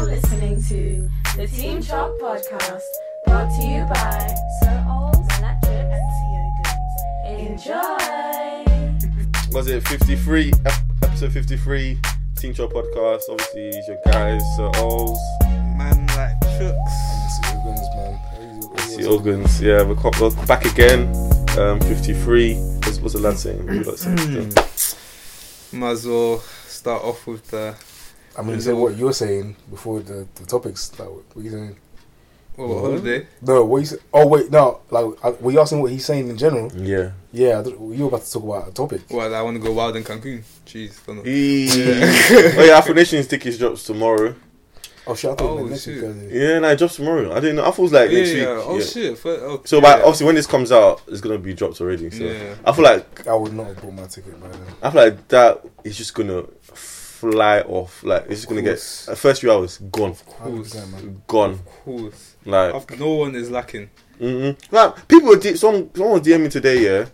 listening to the Team Chalk Podcast, brought to you by Sir Alls Electric and CO Goods. Enjoy! was it 53 ep- episode 53 team show podcast obviously it's your guys sir Oles, Man, like chooks. It's organs, man. It's the organs yeah we're, co- we're back again um 53 what's, what's the lad saying What you lot saying? Might as well start off with uh, the. I'm gonna say what you're saying before the, the topics. Like, what are you saying? What, What? holiday? No, what you say? Oh wait, no. Like, I, were you asking what he's saying in general? yeah Yeah, I thought you were about to talk about a topic. Well, I want to go wild in Cancun. Jeez, don't know. yeah. oh yeah Afro Nation's tickets drops tomorrow Oh shit, I thought Oh, next week shit. Thursday. yeah no it drops tomorrow I didn't know I thought it was like yeah, next week yeah. Oh yeah. shit. F- oh, so yeah. but obviously when this comes out it's gonna be dropped already so Yeah. I feel like I would not have bought my ticket by then. I feel like that is just gonna fly off like it's just gonna get course. the first few hours gone course. 100%, man. gone Of course. like Of- No one is lacking. Mm-hmm. Like people, di- some someone DM me today, yeah,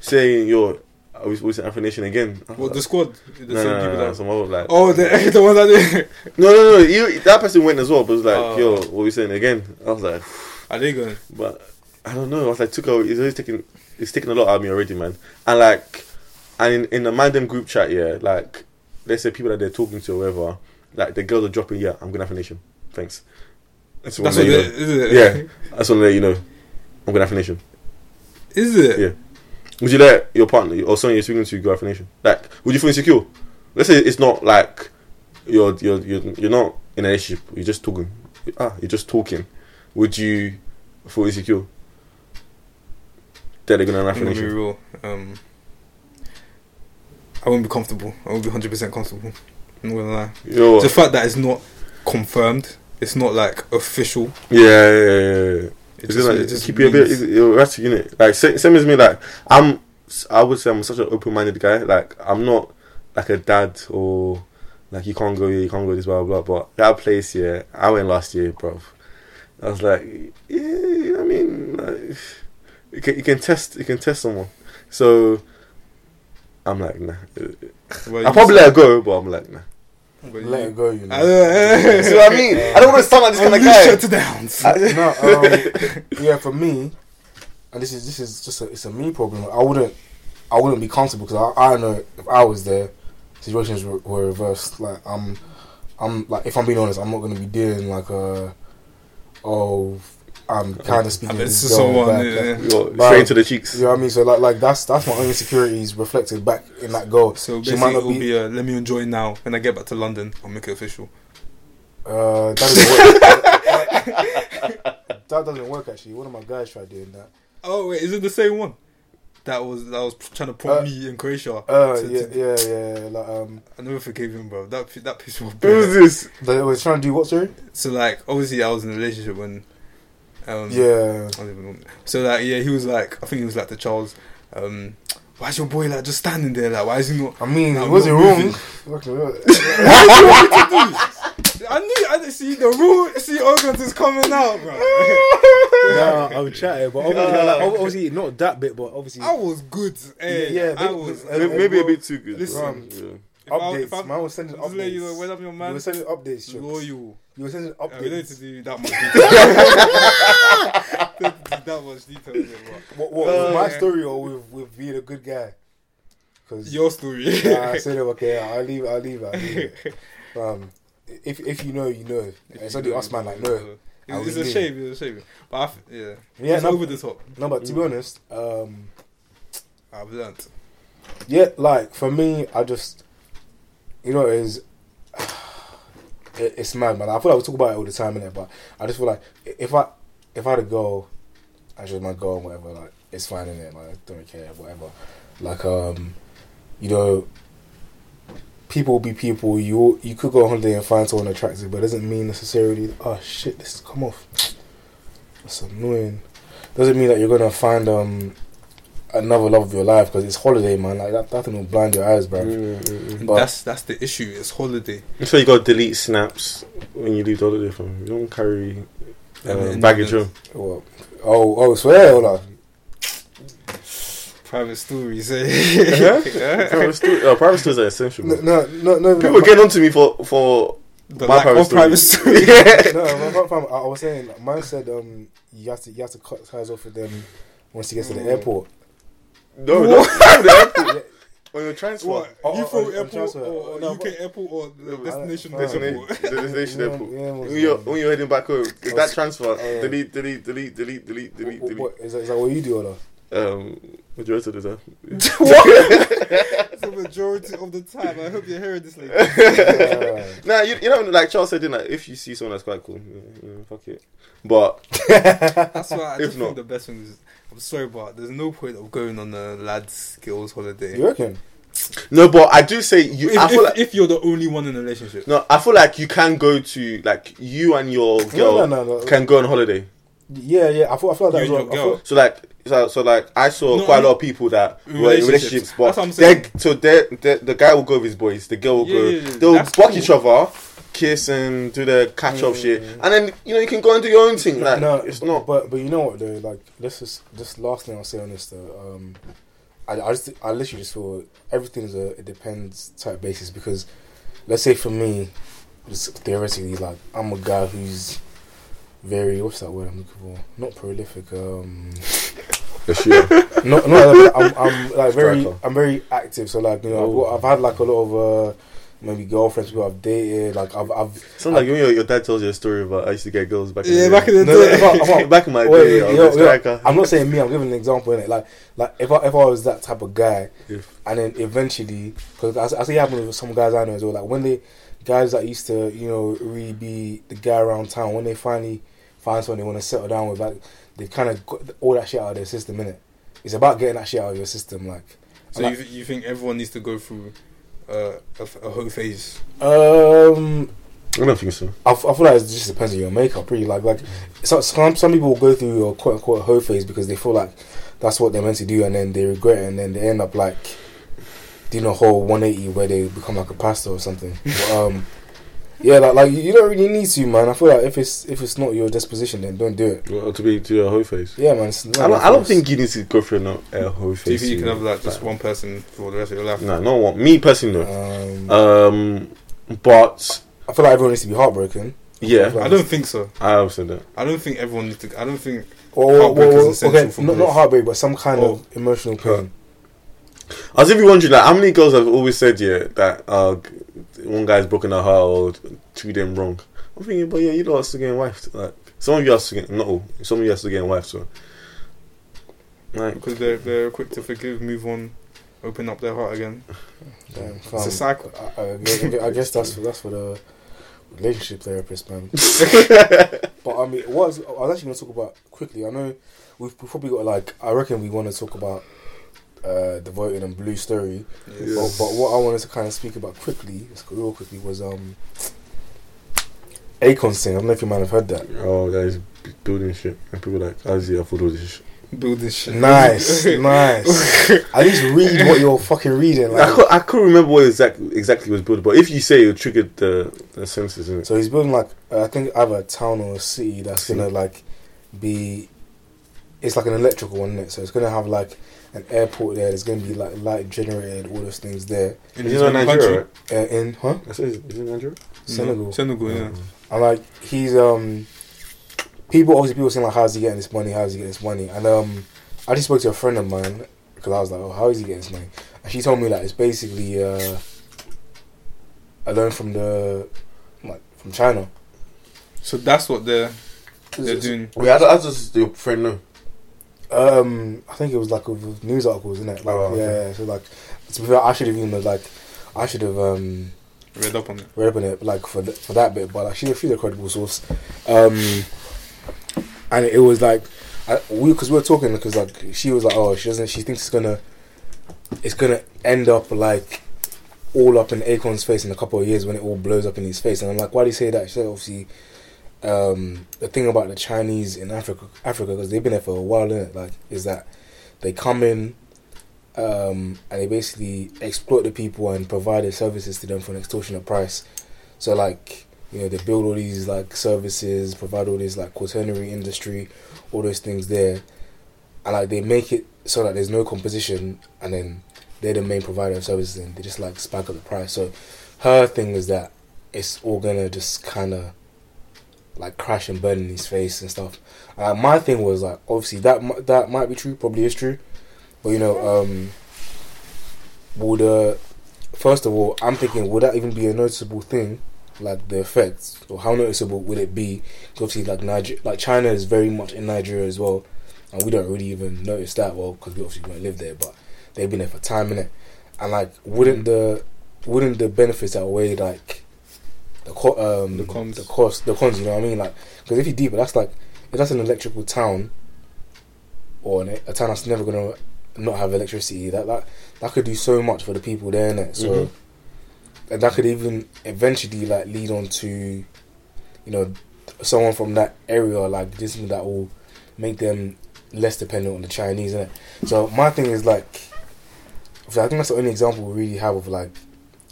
saying yo, are we supposed to Afro Nation again? I was What, the like, squad? The no, same no, no, people no, that. some other, like, Oh, the, the one that did. no, no, no, you, that person went as well, but was like, Oh. yo, what we saying again? I was like, Are they going? but I don't know. I was like, Tuko, he's always taking, he's taking a lot out of me already, man. And like, and in, in the man them group chat, yeah, like, let's say people that they're talking to or whatever, like the girls are dropping, yeah, I'm gonna Afro Nation, thanks. That's, That's what what you they, know. is it? Yeah, I just want to let you know, I'm gonna Afro Nation. Is it? Yeah. Would you let your partner or someone you're speaking to go out for nation? Like, would you feel insecure? Let's say it's not like you're you're you're, you're not in a relationship. You're just talking. Ah, you're just talking. Would you feel insecure? That they're gonna have I'm for gonna be nation. real. Um, I won't be comfortable. I won't be 100% comfortable. I'm not gonna lie. Yo, The fact that it's not confirmed, it's not like official. yeah, yeah, yeah, yeah. It It's gonna it keep you a bit. means- You're ratchet, you know. Like, sa- same as me. Like, I'm. I would say I'm such an open-minded guy. Like, I'm not like a dad or like you can't go here, you can't go this, blah blah. blah. But that place, yeah, I went last year, bro. I was like, yeah, you know what I mean, like, you can you can test you can test someone. So I'm like, nah. Well, I you probably let said- her go, but I'm like, nah. well, you- Let it go, you I know. don't- See what I mean? I don't want to sound like this kind I'm of gonna guy. shut it down. no, um, yeah, for me, and this is this is just a, it's a me problem. I wouldn't I wouldn't be comfortable because I, I know if I was there, situations were, were reversed. Like I'm I'm like if I'm being honest, I'm not gonna be doing like a oh I'm kind of I speaking. mean, to it's this just girl someone. back, yeah, like, yeah. You got Bro. straight to the cheeks. you know what I mean? So like, like that's that's my own insecurities reflected back in that goal. So she basically, might not it'll be. be, a, let me enjoy now. When I get back to London, I'll make it official. Uh, that doesn't work. that doesn't work actually. One of my guys tried doing that. Oh wait, is it the same one? That was that was trying to prompt Uh, me in Croatia. Uh, to- yeah, to- yeah, yeah. yeah, Like, um, I never forgave him, bro. That pi- that pissed me off. Who's bro. this? they were trying to do what, sorry? So like, obviously, I was in a relationship when. Um, Yeah. I don't even know. So like, yeah, he was like, I think he was like to Charles. Um, why's your boy like just standing there? Like, why is he not? I mean, No, it was not it wrong? moving. Fucking hell. I knew. I didn't see the rule. See, Ogant is coming out, bro. Nah, I'm chatting, but obviously, like, ob- obviously not that bit, but obviously. I was good. Eh. Yeah, yeah, I they- was. they- Oh, Maybe, Hey, maybe a bro, bit too good. listen. bro. Yeah. If I, if updates. I'm Man was sending just let you know, when updates. I'm your You man, were sending updates. Jokes. loyal. You were sending Uh, we don't need to updates. do that much detail. Don't do that much detail. bro. What, what with my Oh, yeah. story or with, with being a good guy? Because Your story. I said okay, I'll leave. I'll leave. I'll leave. um, if if you know, you know. It's only us, man. Like no, I It's, was it's a me. shame. It's a shame. But I f- yeah, Yeah, it's no- over the top. no. But to Mm. be honest, um, I've learnt. yeah, like for me, I just, you know, is it, it's mad, man. I feel like we talk about it all the time, innit? But I just feel like i- if I if I had a goal, I just my goal and whatever, like it's fine in it, like I don't really care, whatever. Like um, you know, people will be people. You you could go on holiday and find someone attractive, but it doesn't mean necessarily. Oh shit, this has come off. That's annoying. Doesn't mean that you're gonna find um another love of your life because it's holiday, man. Like that, that thing will blind your eyes, bro. And But- that's that's the issue. It's holiday. That's why you gotta delete snaps when you leave the holiday from. You don't carry uh, And- and baggage then home. Well, oh oh, swear, hold on. Private stories. eh? Uh-huh. private, stu- uh, private stores are essential. No, man. no, no, no. People are getting onto me for for the My lack private of story. private story. no, my- my fam, I I was saying, like, man said um, you have to you have to cut ties off with them once he gets Mm. to the airport. No, not from the airport. On your transfer. What? Oh, Heathrow oh, oh, Airport transfer. or, or No, UK but- Airport or the but- destination Oh, Destination, airport? the destination Yeah, airport. yeah, When was, you're, um, when you're heading back home, is that transfer? Yeah. Delete, delete, delete, delete, delete, delete, what, delete. what, is, that, is that what you do, Ola? Um, majority of the the majority of the time. I hope you're hearing this later. Yeah. Nah, you, you know, like Charles said, didn't I? If you see someone that's quite cool, yeah, yeah, fuck it. But That's why I If just not- think the best thing is. I'm sorry, but there's no point of going on a lads' skills holiday. you reckon? no, but I do say you. If, I feel if, like if you're the only one in a relationship, no, I feel like you can go to like you and your girl No, no, no, no. can go on holiday. Yeah, yeah. I thought I thought that You was and wrong. your I thought- So like, so, so like, I saw No, quite I'm- a lot of people that In were in relationships, relationships. but That's what I'm they're- saying. so they're, they're, the guy will go with his boys, the girl will Yeah, go. yeah, yeah. They'll That's buck cool. Mm. each other, kiss and do their catch up shit, and then you know you can go and do your own thing. Like, no, it's but- not. But but you know what though? Like this is this last thing I'll say on this though. Um, I, I just I literally just feel everything is a it depends type basis because let's say for me, just theoretically, like I'm a guy who's very what's that word I'm looking for? Not prolific. Um, no, no. like, I'm, I'm like very Striker. I'm very active. So like you know I've, got- I've had like a lot of uh, maybe girlfriends who I've dated. Like I've I've Sounds like you know, your dad tells you a story about I used to get girls back. yeah, in the back in the No, no, day, if I- if I- back in my Wait, day, wait, I yo, was a yo, striker. I'm not saying me. I'm giving an example in it. Like, like if I if I was that type of guy, If- and then eventually, because I, I see it happen with some guys I know as well. Like when they guys that used to you know really be the guy around town, when they finally find someone they want to settle down with, like they kind of got all that shit out of their system. In it, it's about getting that shit out of your system. Like, So you, th- you think everyone needs to go through uh, a, f- a whole phase? um, I don't think so. I, f- I feel like it just depends on your makeup, really. Like, like so, some some people will go through a quote unquote hoe phase because they feel like that's what they're meant to do, and then they regret it, and then they end up like doing a whole 180 where they become like a pastor or something. But, um, yeah, like like you- you don't really need to, man. I feel like if it's if it's not your disposition, then don't do it. Well, to be to your whole face. Yeah, man. it's not I don't. your I don't face. think you need to go for no uh, whole face. Do you think you can have like just Like- one person for the rest of your life? No, not one. Me personally, no. Um, Um, but I feel like everyone needs to be heartbroken. yeah, I don't think so. I have said that. I don't think everyone needs to. I don't think. Or, or, Heartbreak is or- essential okay, for not, growth. not heartbreak, but some kind of emotional hurt. pain. As if you're wondering, like, how many girls have always said, yeah, that uh, g- one guy's broken her heart or treated them wrong? I'm thinking, but yeah, you lot are still getting wifed. Like, some of you are still getting, not all, some of you are still getting wifed, so. Like, Because they're, they're quick to forgive, move on, open up their heart again. Damn, It's a Um, fam. cycle. I, I, guess- I guess that's that's for the relationship therapist, man. but I mean, what I was, I was actually going to talk about quickly. I know we've, we've probably got like I reckon we want to talk about uh, devoted and blue story, but, but what I wanted to kind of speak about quickly, just real quickly, was um, Akon's thing. I don't know if you might have heard that. oh, that is b- building shit. And people are like, how's he afford all this shit? Build this shit. Nice, nice. At least read what you're fucking reading. I, Like. could, I couldn't remember what exact, exactly was built, but if you say it triggered the, the senses, innit? So he's building like I think either a town or a city that's gonna like be. It's like an electrical one, is it? So it's gonna have like an airport there. There's gonna be like light generated, all those things there. In Is it not Nigeria, right? Uh, in huh? I said, is it Nigeria? Mm-hmm. Mm. Senegal. Mm. Senegal, yeah. And like he's um, people obviously people saying like, how's he getting this money? How's he getting this money? And um, I just spoke to a friend of mine because I was like, oh, how is he getting this money? And she told me like it's basically uh, a loan from the like from China. So that's what they're, they're doing. Wait, I, I just, your friend, no. Um, I think it was like with- with news articles, isn't it? Like, Oh, okay. yeah. So like, to be fair, I should have even like, I should have um Read up on it. read up on it like for th- for that bit, but like she she's a credible source. Um, and it was like, I, we because we were talking because like she was like, oh, she doesn't, she thinks it's gonna, it's gonna end up like all up in Akon's face in a couple of years when it all blows up in his face. And I'm like, why do you say that? She said, obviously. Um, the thing about the Chinese in Africa, Africa, because they've been there for a while, innit? Like, is that they come in um, and they basically exploit the people and provide their services to them for an extortionate price. So like you know they build all these like services, provide all this like quaternary industry, all those things there, and like they make it so that there's no competition, and then they're the main provider of services, and they just like spike up the price. So her thing is that it's all gonna just kind of like crash and burn in his face and stuff. Uh, my thing was like, obviously that mi- that might be true, probably is true, but you know, um, would uh, first of all, I'm thinking, would that even be a noticeable thing? Like the effects, or how noticeable would it be? 'Cause obviously, like Niger, like China is very much in Nigeria as well, and we don't really even notice that well because we obviously don't live there, but they've been there for time in it, and like, wouldn't the wouldn't the benefits outweigh like the co- um The cons. the cost the cons? You know what I mean? Like, because if you deep, that's like if that's an electrical town, or an, e, a town that's never gonna not have electricity, that that that could do so much for the people there, innit? Mm-hmm. So, Mhm. and that could even eventually like lead on to, you know, someone from that area like this that will make them less dependent on the Chinese, innit? So my thing is like, so I think that's the only example we really have of like,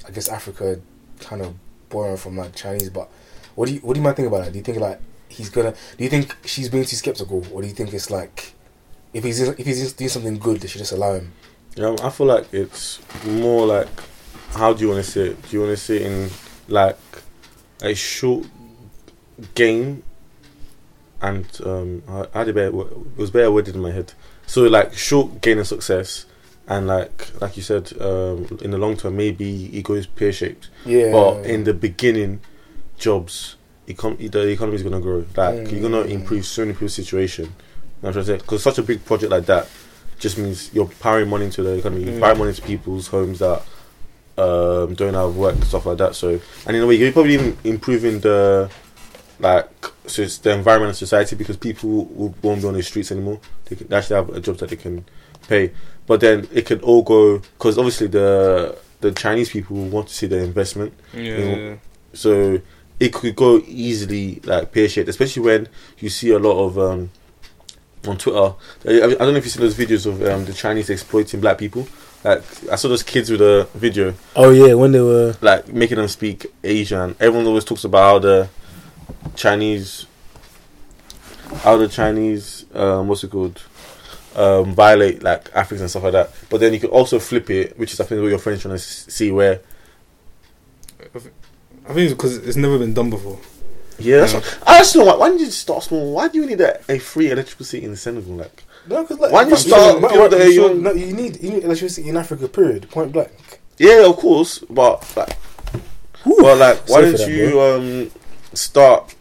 I guess Africa kind of borrowing from like Chinese. But what do you what do you mind think about that? Do you think like he's gonna? Do you think she's being too skeptical, or do you think it's like if he's if he's doing something good, they should just allow him? Yeah, I feel like it's more like how do you want to see it? Do you want to see it in like a short game? And um, I, I had a better, wo- it was better worded in my head. So like short gain of success, and like like you said, um, in the long term maybe it goes pear shaped. Yeah. But in the beginning, jobs, econ- the economy is going to grow. Like Mm. you're going to improve so many people's situation. You know what I'm trying to say? Because such a big project like that just means you're powering money into the economy, you're Mm. powering money into people's homes that um, don't have work, stuff like that. So, and in a way, you're probably even improving the like so it's the environment of society because people will, won't be on the streets anymore. They, can, they actually have a job that they can pay. But then it could all go because obviously the the Chinese people want to see their investment. Yeah, You know, yeah. So it could go easily like pear shaped, especially when you see a lot of um, on Twitter. I, I don't know if you see those videos of um, the Chinese exploiting black people. Like I saw those kids with a video, Oh yeah, when they were like making them speak Asian. Everyone always talks about how the Chinese, how the Chinese, um, what's it called, um, violate like Africans and stuff like that. But then you could also flip it, which is I think what your friends trying to s- see where. I think it's because it's never been done before. Yeah, that's Yeah. what- I just know why. Why did you start small? Why do you need a, a free electrical city in Senegal? Like, No, because like, Why don't you you, start- know, people there, you, you know, don't- no, you need you need electricity in Africa. Period. Point blank. yeah, of course, but like, but like, why sorry for didn't that, you um start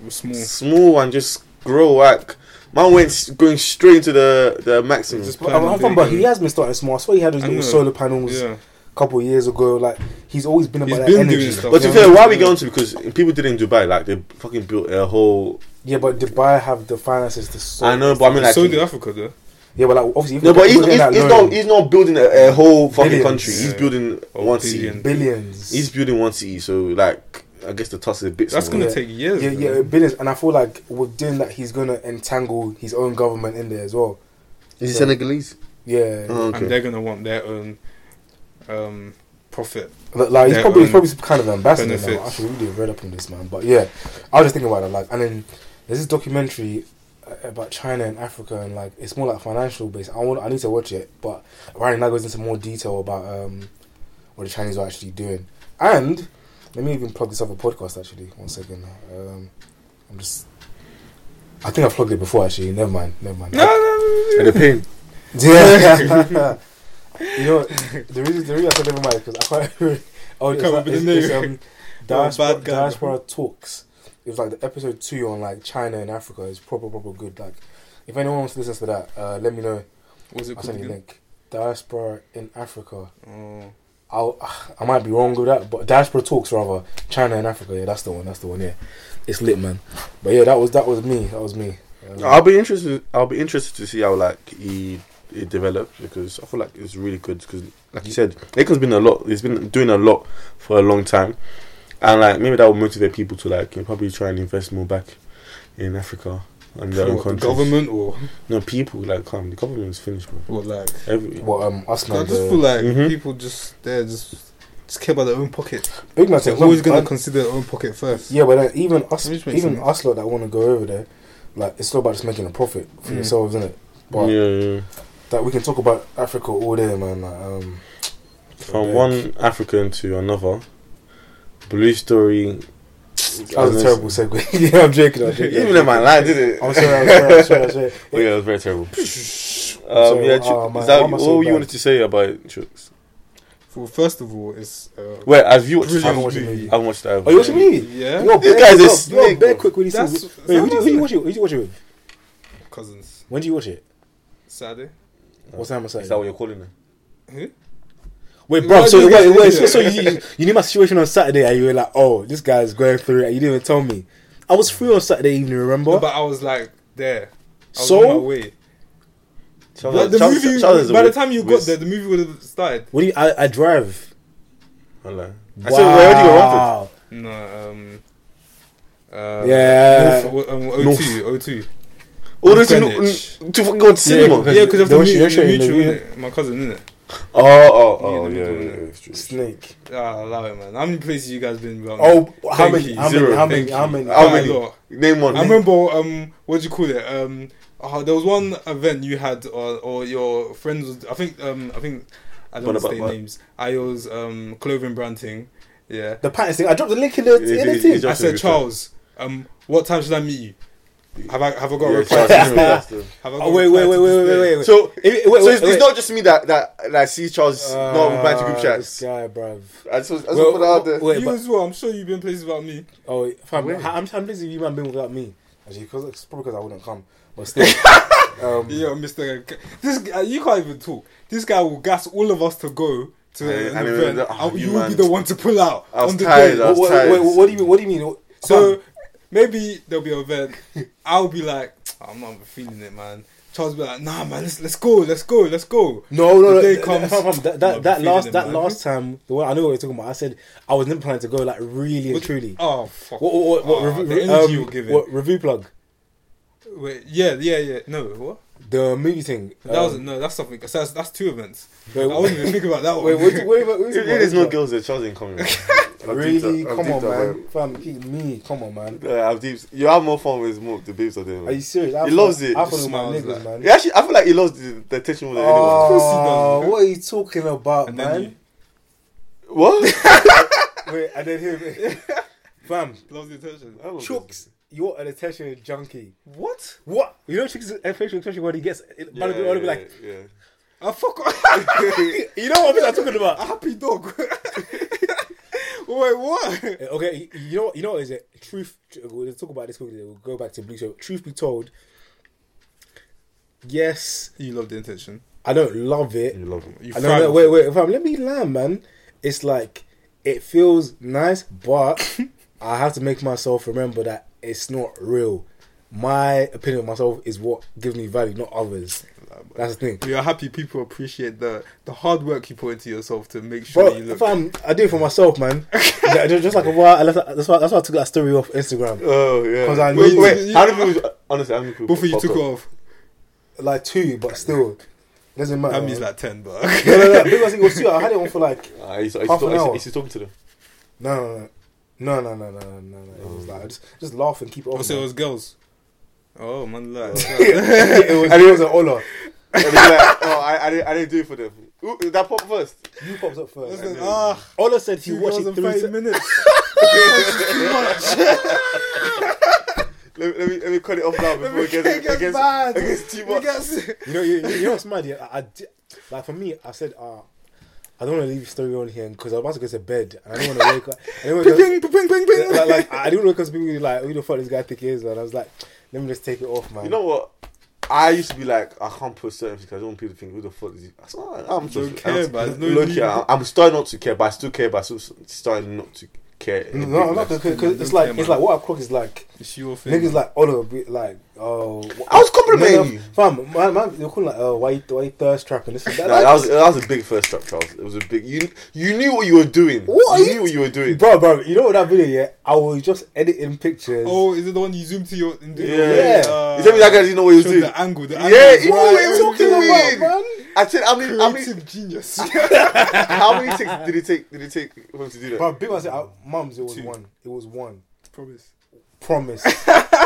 It was small. small and just grow? Like, man went s- going straight into the the maximum. Just- But, I'm- I'm- but he has been starting small. I swear he had those I little know. solar panels Yeah, a couple of years ago. Like he's always been about He's that been energy. doing stuff. but to be Yeah. fair, why are we going to? Because people did it in Dubai, like they fucking built a whole. Yeah, but Dubai have the finances to. sort I know, but I mean, like, so did Africa though. Yeah, but like obviously, if no, we're but he's, looking he's, at he's loan, not he's not building a, a whole fucking Billions. country. He's Yeah. building Or one billion. city. billions. He's building one city. So like, I guess the toss is a bit. That's small. gonna Yeah. take years. yeah, man. yeah, billions, and I feel like with doing that, he's gonna entangle his own government in there as well. Is he Yeah. Senegalese? Yeah, Oh, okay. and they're gonna want their own um, profit. Like, like he's Their probably he's own probably kind of an ambassador now. benefits. Actually, we did read up on this man, but yeah, I was just thinking about that. Like, and then there's this documentary uh, about China and Africa, and like it's more like financial based. I want I need to watch it, but right now goes into more detail about um what the Chinese are actually doing. And let me even plug this other podcast actually. One second, um, I'm just. I think I plugged it before actually. Never mind. Never mind. No, no, no, no, And the pain. Yeah. you know, the reason the reason I said never mind because I can't remember. Oh, You it's, can't like, remember it's, the it's, name. um, You're a Diaspora, bad guy. Diaspora Talks. It was like the episode two on like China and Africa is proper proper good. Like, if anyone wants to listen to that, uh, let me know. Was it I'll send called again? you a link. Diaspora in Africa. Oh, I'll, I might be wrong with that, but Diaspora Talks rather China and Africa. Yeah, that's the one. That's the one. Yeah, it's lit, man. But yeah, that was that was me. That was me. Um, Ah. I'll be interested. I'll be interested to see how like he it develops because I feel like it's really good because like you said, Aiken's been a lot. He's been doing a lot for a long time, and like maybe that will motivate people to like you know, probably try and invest more back in Africa and their own what, the countries. government or No, people like come. The government's finished, bro. what? Like, Every, what um us I now. just feel like Mm-hmm. Mhm. people just they're just just care about their own pocket. Big man They're said, always "Look, gonna I- consider their own pocket first. Yeah, but then even us, Which makes even sense. us lot that want to go over there, like it's all about just making a profit for Mm. yourselves, isn't it? yeah, But yeah. that we can talk about Africa all day, man. Like, um, from Yeah. one African to another. Blue Story. That was a terrible segue. yeah, I'm joking. I'm joking. Even in my line, did it? I'm sorry. I'm sorry. I'm sorry. I'm sorry. Oh, yeah, it was very terrible. um, sorry, yeah, oh, Chu- man, is that why am I so all you bad? wanted to say about Chooks? Well, first of all, it's uh, Wait, have you watched? I brilliant haven't watched, I've watched movie. it. I haven't watched that. Oh, you watching me? Yeah, You're These bare guys are quick. You're snake, bare quick with these That's- things. Wait, who do you- who do that's- you watch it? Who do you watch it with? cousins. When do you watch it? Saturday. What time was Is that what you're calling them? Wait, Why bro. So do you wait, guys wait. do So, that? so you, you- you knew my situation on Saturday, and you were like, "Oh, this guy's going through it," and you didn't even tell me. I was free on Saturday evening. Remember? No, but I was like there. I was So? on my way. Charles- Like, the Charles- movie, Charles is a by the wit- time you wit- got there, the movie would have started. what do you? I, I drive. Hello. I said, where are you going, Romford? Wow. No, um, uh, Yeah. North, um, O2, North. O2. All this Greenwich. to to fucking go to cinema. Yeah, Yeah, because you have they to were meet, showing the mutual, video. innit? my cousin, isn't it? Oh, oh, oh, Yeah, yeah, the yeah, middle. yeah, it's true. Snake. Ah, I love it, man. How many places you guys been? Around Oh, how many? you. How many? Zero. How many? Thank How you. many? How Quite a many? lot. Name one. I remember, um, what do you call it? Um, oh, there was one event you had, or, or your friends. Was, I think, um, I think, I don't What want to about state what? names. Io's um, clothing brand thing. Yeah, The pants thing. I dropped the link in the It- in it- the it- thing. it's I Just to said, be Charles. Um, what time should I meet you? Have I have I got a Yeah, reply? Charles, to- you know, that's the- Have I got Oh a wait, reply wait, to wait, this wait, day? wait, wait, wait. So, wait, wait, so it's, wait. it's not just me that that that sees Charles not replying to group Ah, chats. This guy, bruv. I just, I just Well, put it out there. wait, you but- as well. I'm sure you've been places without me. Oh, wait, fam, Wait. how, how many times have you man been without me? Actually, because it's probably because I wouldn't come. But still, um, Yeah, Mister. G- This g- uh, you can't even talk. This guy will gas all of us to go to I- an I mean, event. the- oh, and you you will be man. the one to pull out I was on the tired, day. I what, was what, tired. wait, what do you mean? What do you mean? So Fam, maybe there'll be an event. I'll be like, "Ah, I'm not feeling it, man. Charles will be like, Nah, man, let's let's go, let's go, let's go. no, no, the no. day th- comes, fam, fam, that I'll that, be that feeling last it, that man. last time, the one I know what you're talking about. I said I wasn't planning to go like really and What- truly. Oh fuck. What, what, what, what, Ah, review, the energy um, you're giving. what review plug? Wait, yeah, yeah, yeah. No, what? The movie thing. That um, was no. That's something. Cause that's that's two events. Wait, I wasn't even thinking about that one. Wait, wait, wait, wait, wait, wait, If if there's no girls there, Charles ain't coming. man. I've Really? deeped that- I've Come on, deeped that, man. Fam, keep me. Come on, man. bro. Yeah, I've deep. You have more fun with more the babes are there. man. Are you serious? I He thought- loves it. I He thought it was my smiles niggas, like- man. Yeah, actually, I feel like he loves the, the attention more than Oh, course he does. what are you talking about, And then man? anyone. What? Wait, and then him, fam, Loves the attention. I love this. Chooks, you're an attention junkie. What? What? You know Chooks is attention junkie when he gets, it, Yeah, man, will be yeah, like, "Ah, yeah. I fuck. off. you know what I'm talking A about? happy dog. Wait, what? Eh, Okay, you- you know, you know what is it? Truth. We'll talk about this quickly. We'll go back to Blue Show. Truth be told, yes, You love the intention. I don't love it. You love him. You I don't know. Wait, wait, fam. Let me land, man. It's like it feels nice, but I have to make myself remember that it's not real. My opinion of myself is what gives me value, not others. That's the thing, We are happy people appreciate the the hard work you put into yourself to make sure bro. you look. Fam, I do it for myself, man. Yeah, just just like a while, I left, that's why that's why I took that story off Instagram. Oh yeah. 'Cause I wait, knew- wait. you- how many people? Honestly, how many people? Before you popped took it up? off, Like two, but still, doesn't matter. that means man. like ten, but no, no, no. Because it was two. I had it on for like Ah, he's, he's, Half still, an he's, hour. he's still talking to them. no, no, no, no, no, no, no, no. no. It was like I just just laugh and keep it off. also it man. was girls. Oh man, like it was, and it was an Ola. And he's like, oh, I, I, didn't, I didn't do it for them. Ooh, that pop first. You pops up first. ah, Ola said he two watched girls it in three five times. minutes. Let, me- let me let me cut it off now before it gets, it gets bad. against too You much. guys- You know, you, you know what's mad? Yeah, I, I di- like for me, I said, uh, I don't want to leave the story on here because I'm about to go to bed and I don't want to wake up. I don't wanna Ping, ping, ping, ping, go- ping. like, like, I didn't want to people were like, who the fuck this guy think he is? And I was like, let me just take it off, man. You know what? I used to be like, I can't post certain things 'cause I don't want people to think who the fuck is he. I said, I'm just, Don't care, I'm, man. There's no look need. here, I'm- I'm starting not to care, but I still care. But I'm still starting not to care. a no, bit no, less. because it's like it's like what I clock is like. It's your thing. Niggas like Ola, be like, oh, I was complimenting you. fam. Man, man, you're calling like, oh, why, you- why you thirst trapping? This, and that, Nah, that was that was a big first step, Charles. It was a big. You you knew what you were doing. What you are you- knew what you were doing. bro, bro. You know what that video? Yeah, I was just editing pictures. Oh, is it the one you zoomed to your? Yeah, Yeah. you tell me that guy didn't know what he was showed doing. Uh, the angle. The Yeah, angle he knew right. what he was talking doing. about, man? I said, how many, how many, Creative genius. how many takes did it take? Did it take for him to do that? But big man said, uh, "Mums, it was Two. one. It was one. Promise. Promise,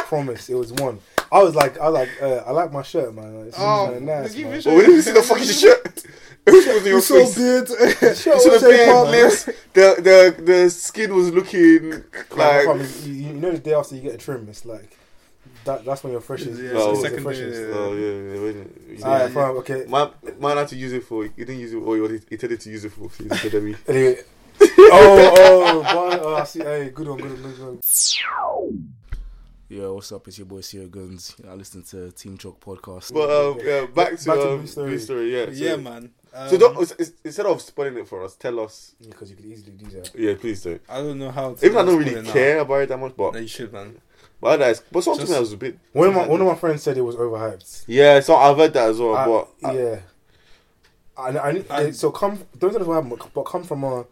promise. It was one." I was like, I was like, uh, I like my shirt, man. It's Oh, really nice, give me man. a Well, we didn't see the fucking shirt. It was in your so face. beard. You should have been heartless. The the the skin was looking Like, like. you, you know, the day after you get a trim, it's like that. That's when your freshest. Yeah, Yeah, it's the the second freshest. day, Oh yeah, yeah, wait, All right, yeah. fine, okay. Man, man had to use it for. He didn't use it. Or he was- he intended to use it for his academy. Anyway. oh, oh, boy, oh, I see. Hey, good one, good one, good one. Yo, what's up? It's your boy Sierra Guns. You know, I listen to Team Chalk podcast. But um, yeah, back to Back to um, Blue Story. Blue story. Yeah, so, yeah, man. Um, So don't, ins- instead of spoiling it for us, tell us. Because you could easily do that. Yeah, please do. I don't know how. to Even I don't really explain it now. care about it that much, No, but you should, man. but that is, but something Just- that was a bit. One of my one of my friends said it was overhyped. Yeah, so I've heard that as well. I- but uh, I- yeah, and, and, Oh, I- so come don't tell us what happened, but come from a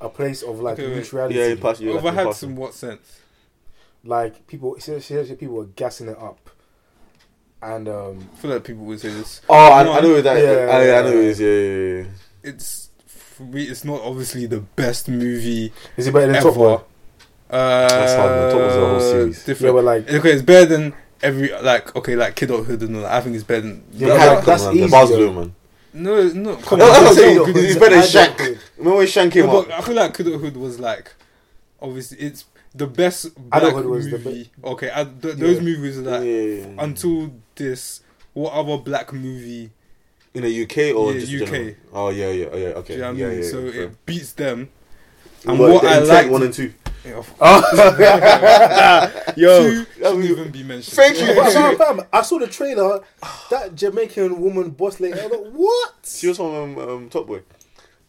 a place of like Okay, wait. neutrality. yeah, in past, yeah, like, in Overhyped past- in what sense? like people, seriously, people were gassing it up, and um, I feel like people would say this. Oh, I, I One. know that. Yeah. I, I know it is. Yeah, yeah, yeah. It's for me. It's not obviously the best movie is it better than ever. Top Boy? Uh, hard, man. Top was the whole series. Yeah, Different. but like okay, it's better than every like okay like Kidhood and all that. I think it's better than. Yeah, That- but that- that's man, the easy, bar's though. low, man. No, no. Come No, on. that's what I'm saying. Kidhood, It's better than I don't Shaq. think- Remember when Shank came No, but out? I feel like Adulthood was like, obviously, it's the best black Adulthood was the movie. okay, I, th- those Yeah. movies are Yeah, like yeah, yeah. until this. What other black movie? in the UK or Yeah, just UK. General? Oh yeah, yeah, oh, yeah. Okay. Do you know what I yeah, mean? yeah, so yeah, fair. it beats them. But and what the I intent, liked- one and two. Oh. Yeah, of- Yo, Two shouldn't even be mentioned. Thank you. But, fam, fam, I saw the trailer. That Jamaican woman boss lady. I was like, what? She was from um, um, Top Boy.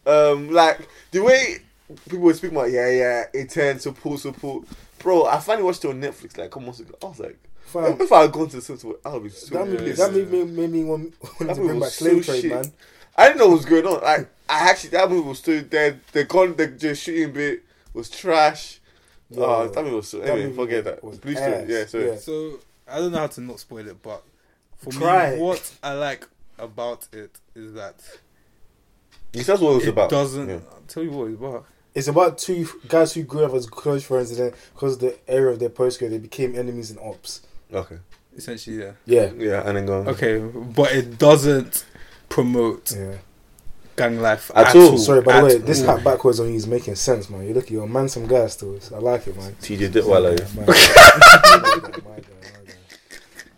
Um, like the way people would speak about yeah, yeah, A10 support, support. Bro, I finally watched it on Netflix like a couple months ago. I was like, Fam, if I had gone to the cinema, I would be so. that movie, pissed. that movie made, made me want, wanted That to movie bring back was so slave trade, shit. man. I didn't know what was going on. Like, I actually that movie was still dead. The gun, the, the shooting bit was trash. Yo, oh, that movie was so. that Anyway, movie forget that. was Blue story. ass. Yeah, so Yeah. So I don't know how to not spoil it, but for Try. me, what I like about it is that you said what it was it about. doesn't Yeah. I'll tell you what it's about. It's about two guys who grew up as close friends, and then because of the area of their postcode, they became enemies and ops. Okay. Essentially, yeah. Yeah. Yeah, and then go. on. Okay, but it doesn't promote Yeah. gang life At at, all. all. Sorry, by the At way, this all. hat backwards on you is making sense, man. You're looking, you're a man, some guy still. So I like it, man. TJ Ditweiler. yeah. My guy, my guy, my guy.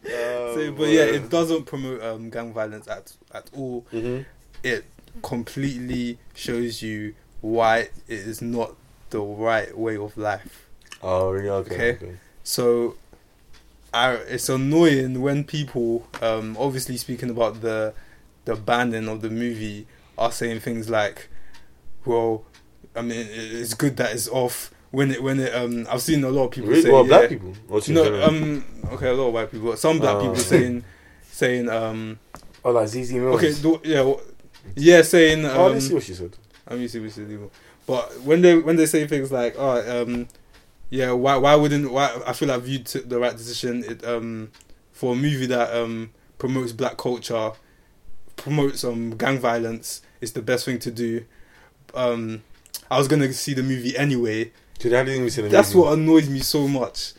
So, but yeah, it doesn't promote um, gang violence at at all. hmm It completely shows you why it is not the right way of life. Oh, really? Okay. Okay. So, I, it's annoying when people, um, obviously speaking about the the banning of the movie, are saying things like, "Well, I mean, it- it's good that it's off." When it when it um, I've seen a lot of people Really? say, well, yeah, black people. Or just in No, general? um, okay, a lot of white people. Some black Oh. people saying, saying, um, Oh, like ZZ Mills. okay, do, yeah, wha- yeah, saying, um, oh, let's see what she said. I'm used to this illegal. But when they when they say things like, oh, um, yeah, why why wouldn't why I feel like View took the right decision it, um, for a movie that um promotes black culture, promotes um gang violence. It's the best thing to do. Um, I was gonna see the movie anyway. Dude, I didn't even see the That's what annoys me so much.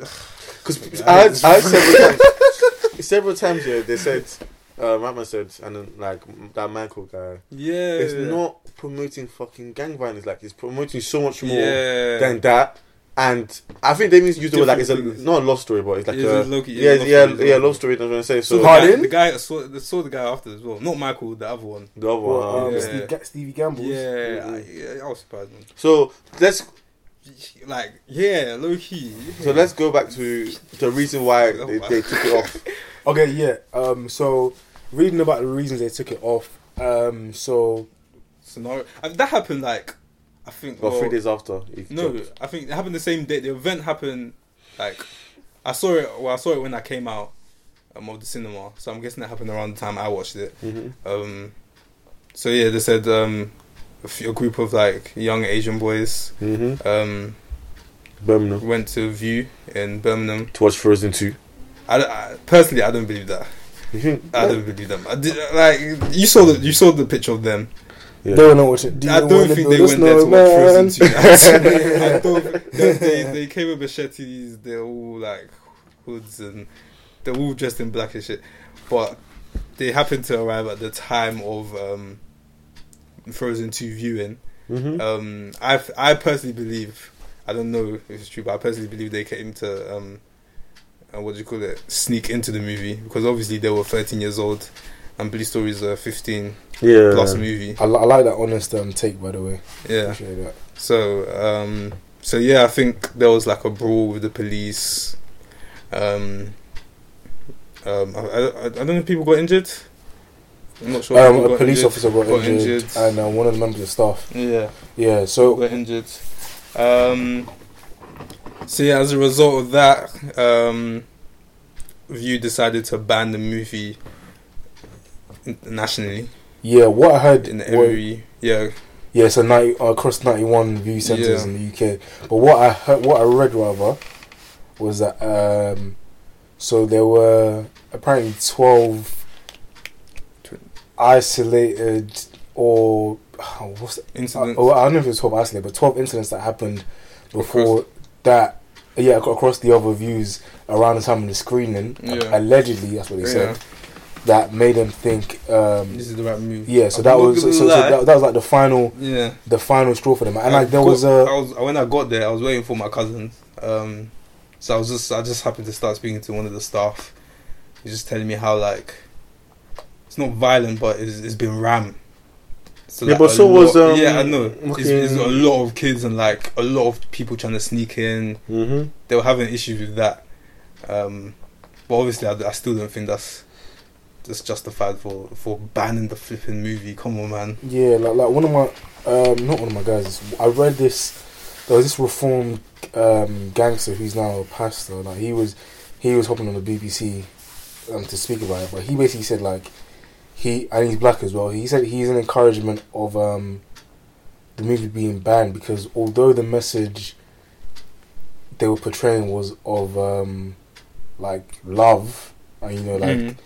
Because I had, I had several times. several times, yeah, they said, uh, Ratman said, and then, like, m- that Michael guy, Yeah, it's not promoting fucking gang violence. Like, it's promoting so much more yeah. than that. And I think they use the word like it's a, Different things. not a love story, but it's like It's a, a low-key- yeah, it's a yeah, love story. yeah, love story. That's what I'm saying. So the Hard- guy, Harden? the guy saw, saw the guy after as well. Not Michael, the other one. the other one, Well, um, uh, Yeah. Steve Ga- Stevie Gamble's. Yeah, I, yeah, I was surprised. Man. So let's like yeah, low key. so let's go back to the reason why they, they took it off. Okay, yeah. Um, so reading about the reasons they took it off. Um, so scenario I mean, that happened like I think Well, well, three days after. it No, dropped. I think it happened the same day. The event happened like I saw it. Well, I saw it when I came out um, of the cinema, so I'm guessing that happened around the time I watched it. Mhm. Um, so yeah, they said um, a, few, a group of like young Asian boys Mm-hmm. um, Birmingham. went to View in Birmingham. To watch Frozen 2. I, I- personally, I don't believe that. You think? I don't believe them. I did, like you saw the you saw the picture of them. Yeah. they were not watching. I don't think they went there to watch Frozen 2. I don't, they, they, they came with machetes, they're all like hoods and they're all dressed in black and shit. But they happened to arrive at the time of um, Frozen Two viewing. hmm Um, I I personally believe I don't know if it's true, but I personally believe they came to um, uh, what do you call it, sneak into the movie because obviously they were 13 years old, and Police Story is a 15 Yeah. plus movie. I, li- I like that honest um, take, by the way. Yeah. Appreciate that. So, um, so yeah, I think there was like a brawl with the police. Um, um, I, I, I don't know if people got injured. I'm not sure. if Um, people a got police injured. officer got, got injured, injured. and uh, one of the members of staff. Yeah, Yeah, so got injured. Um, so yeah, as a result of that, um, View decided to ban the movie nationally yeah, what I heard in was- every yeah yeah, so 90, uh, across ninety one view Yeah. centers in the UK. But what I heard, what I read rather was that um, so there were apparently twelve Tw- isolated or oh, what's incident. Uh, well, I don't know if it was 12 isolated, but 12 incidents that happened before that, yeah, ac- across the other views around the time of the screening. a- Yeah. Allegedly, that's what they yeah, said. That made them think, um, this is the right movie. yeah. So I'm that not was so, gonna so lie. that, that was like the final, yeah. the final straw for them. And I like there got- was I a was when I got there, I was waiting for my cousin. Um, so I was just I just happened to start speaking to one of the staff. He's just telling me how like it's not violent, but it's, it's been ram. So, Yeah, like, but a so was, lot- um, yeah, I know. It's, it's a fucking- lot of kids and like a lot of people trying to sneak in. hmm They were having issues with that. Um, but obviously, I, I still don't think that's that's justified for for banning the flipping movie. Come on, man. yeah, like like one of my um, not one of my guys. I read this. There was this reformed um, gangster who's now a pastor. Like he was, he was hopping on the BBC um, to speak about it, but he basically said like he and he's black as well. He said he's an encouragement of um, the movie being banned because although the message they were portraying was of um, like love and you know like Mm.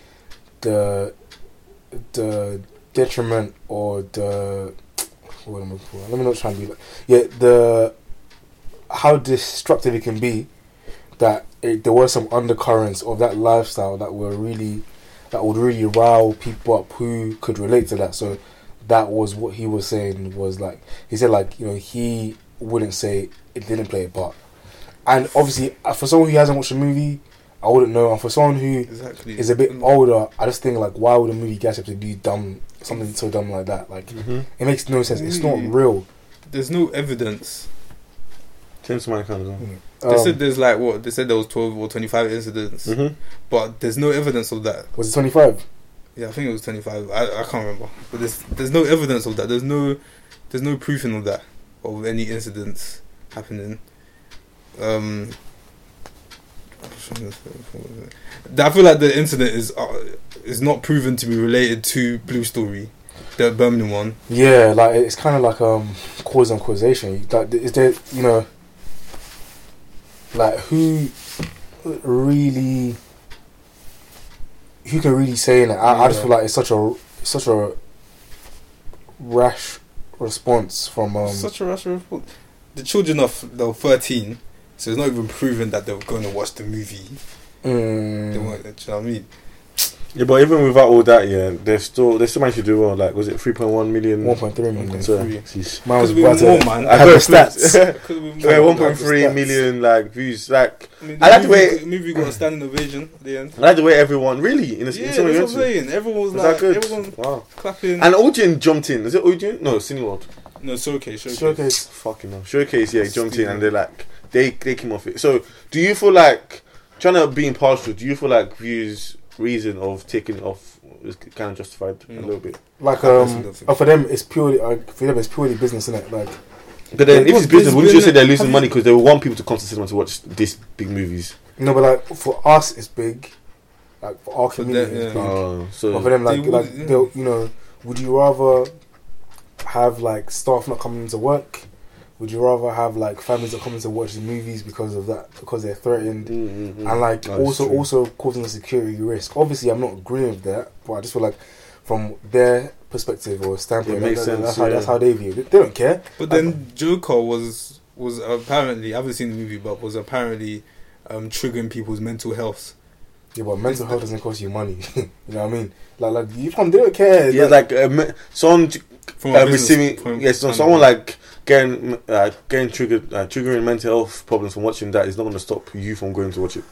the the detriment or the what am I looking for? Let me not try and be like yeah the how destructive it can be that it, there were some undercurrents of that lifestyle that were really that would really rile people up who could relate to that. So that was what he was saying was like he said like you know he wouldn't say it didn't play a part, and obviously uh, for someone who hasn't watched the movie, I wouldn't know, and for someone who Exactly. is a bit Mm. older, I just think like, why would a movie guys have to do dumb something so dumb like that? Like, hmm it makes no sense. It's not Mm. real. There's no evidence. James Mine comes on. They Um, said there's like what they said there was twelve or twenty five incidents, Mm-hmm. but there's no evidence of that. was it twenty five? Yeah, I think it was twenty five. I, I can't remember, but there's there's no evidence of that. There's no there's no proofing of that of any incidents happening. Um, I feel like the incident is uh, is not proven to be related to Blue Story, the Birmingham one. Yeah, like it's kind of like um cause and causation. Like, is there you know, like who really, who can really say in it? I, I just Yeah. feel like it's such a such a rash response from um Such a rash report. The children are f- they're thirteen, so it's not even proven that they're going to watch the movie. mm, They weren't, do you know what I mean? Yeah, but even without all that, yeah, they still they still managed to do well. Like, was it 3.1 million? 1.3 million. So, Three. sheesh. Mine was Could be right more, at- man. I got have the influenced. stats. Could be more. Yeah, Look 1.3 at the million like views. Like, I, mean, I like the movie, way- the movie got a standing ovation at the end. I like the way everyone really in the Yeah, in that's so many what I'm minutes. Was saying. Everyone was, that like, good? everyone Wow. clapping. And Ojin jumped in. Is it Ojin? No, Cineworld. no, showcase, showcase. Showcase. Fucking no. Showcase, yeah, jumped in Stupid. and they like they they came off it. So, do you feel like trying to be impartial? Do you feel like views reason of taking it off is kind of justified a No. Mm. little bit? Like I personally um, don't think- oh, for them it's purely like, for them it's purely business, isn't it? Like But then, if Because it's business, it's wouldn't you say business- they're have losing you- money because they want people to come to cinema to watch these big movies? no, but like for us it's big, like for our For community, them, it's yeah. big. Oh, so Mm. but for them, like They like would, yeah. they'll you know, would you rather have like staff not coming to work? Would you rather have like families not coming to watch the movies because of that because they're threatened? Mm, mm, mm. and like That's also true. also causing a security risk. Obviously, I'm not agreeing with that, but I just feel like from their perspective or standpoint, It makes that- that- sense, That's, how, that's yeah. how they view it. They don't care. But then Joker was was apparently I haven't seen the movie, but was apparently um, triggering people's mental health. Yeah, but mental health uh, doesn't cost you money. you know what I mean? Like, like you come, they don't care. yeah, like um, someone j- from a like business receiving point- yeah, so point someone of like getting uh, getting triggered uh, triggering mental health problems from watching that is not going to stop you from going to watch it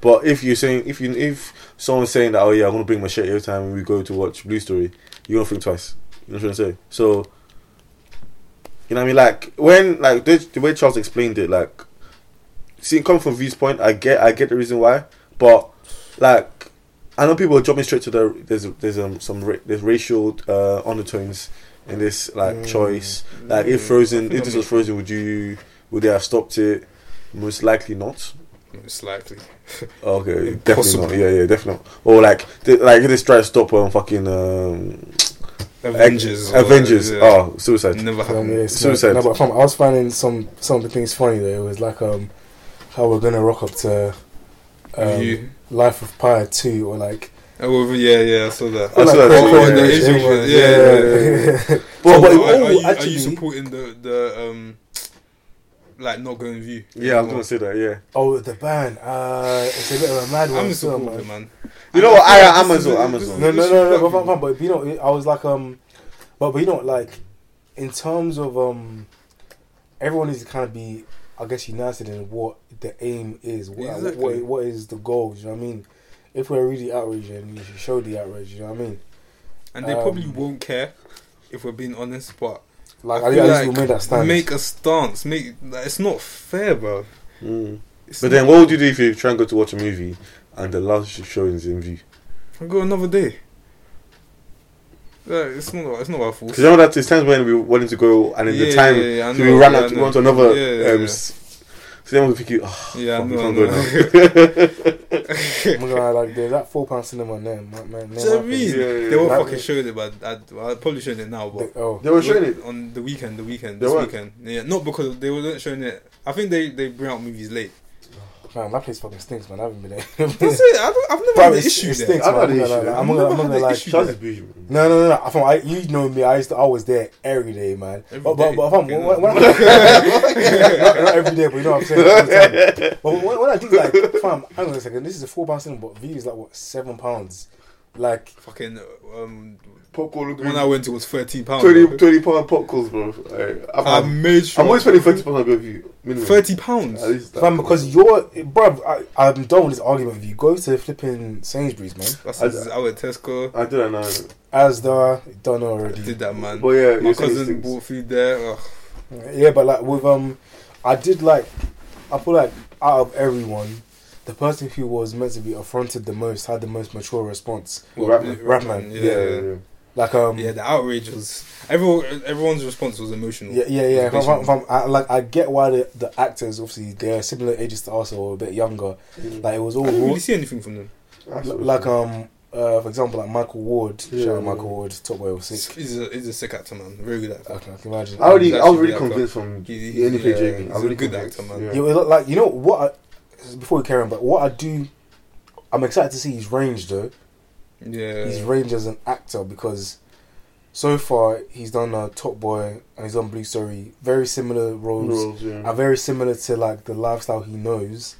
but if you're saying if you if someone's saying that oh yeah I'm going to bring my shit every time we go to watch Blue Story you're going to think twice you know what I'm trying to say so you know what I mean like when like the, the way Charles explained it like seeing coming from V's point I get I get the reason why but like I know people are jumping straight to the there's there's um some ra- there's racial uh, undertones in this like Mm. choice. Like Mm. if Frozen, if this was Frozen, would you would they have stopped it? Most likely not. It's likely. Okay, Impossible. definitely not. Yeah, yeah, definitely not. Or like they, like if they try to stop um fucking um Avengers. or- Avengers. yeah. Mm. Oh, suicide. Never Um, happened. yeah, Suicide. suicide. No, but fam, I was finding some some of the things funny though. It was like um, how we're gonna rock up to um, you. Life of Pi two or like Oh, well, yeah, yeah, I saw that. I saw that Coco too, and yeah. the Asian Asian one, ones. yeah, yeah, So Well, but are, it- are oh, you, are you actually, supporting the the um like not going view? yeah, I was Or- gonna say that. Yeah, Oh, the ban. Uh, it's a bit of a mad one. I'm a as well, supporter, man. man. you know what? I Yeah, am this as is- well. this Amazon. is- No, no, no, no, Fuck but, you. but, but you know, I was like, um, but, but you know, like, in terms of, um, everyone needs to kind of be, I guess, united in what the aim is, what, Exactly. what, what is the goal, do you know what I mean? If we're really outraged, then you should show the outrage, you know what I mean? And they Um, probably won't care if we're being honest, but Like, I I, I, feel least like we made that stand. make a stance. Make like, it's not fair, bro. Mm. It's But not- then, what would you do if you try and go to watch a movie and the last showing is in view? I got another day. Like, it's not. It's not our fault. Because you know that there's times when we wanted to go and in the Yeah, time yeah, yeah, I so we know, ran yeah, out I to know. go on to another. Yeah, yeah, um, yeah. s- So then we think, oh, Yeah, fuck, I we know, can't I go now. know. I'm not gonna lie, like, there's that four pound cinema there, man. man Do you know what I mean? Yeah, yeah, They were yeah. fucking showing it, but I'd, I'd probably showing it now. But Oh, They were showing it. on the weekend, the weekend, They this weren't. weekend. Yeah, not because they weren't showing it. I think they they bring out movies late. man, that place fucking stinks, man. I haven't been there. That's it. I don't, I've never Bro, had an it's- issue it there. stinks, I've man. had an I'm not issue gonna there. lie. I'm I've not never gonna- I'm had not an gonna lie. issue Charles there. is bougie, man. No, no, no, no. I found, I, you know me. I used to, I was there every day, man. Every but, day? but, but, fam, Okay, when, no. when I, not, not every day, but you know what I'm saying. all the time. But when, when I think like, fam, hang on a second. This is a four pound cinema, but V is like what seven pounds. Like, Fucking um, Popcorn the one I went to was thirteen pounds. 20, 20 pound popcorns, bro. Like, I'm, I I'm, made sure. I'm always spending 30 pounds on a view. Minimum. Thirty pounds. At least that. fam, because you're, bruv, I, I'm done with this argument with you. Go to flipping Sainsbury's, man. That's I- I went Tesco. I do that now. Asda, done I already. did that, man. But yeah, My you're saying these cousin things. bought food there. Ugh. Yeah, but like with um, I did like, I feel like out of everyone, the person who was meant to be affronted the most had the most mature response. Well, Well, Rapman. Rapman, Yeah, yeah, yeah, yeah, yeah. Like um, Yeah, the outrage was everyone. Everyone's response was emotional. Yeah, yeah, yeah. If I'm- if I'm- Basically. if I'm- I, like I get why the, the actors, obviously, they're similar ages to us or a bit younger. Like it was all I didn't raw- really see anything from them. l- like um, uh, for example, like Michael Ward. Yeah. Shout out Michael Ward, top boy was sick. He's a, he's a sick actor, man. Very good actor. I can, I can imagine. I already, He's I was actually really that convinced from He- the NFA yeah, Jamie. he's I'm a really good convinced. actor, man. Yeah. Yeah, well, like you know what? I, before we carry on, but what I do, I'm excited to see his range though. Yeah. His range as an actor because so far he's done uh, Top Boy and he's done Blue Story, very similar roles, Roles, yeah. are very similar to like the lifestyle he knows,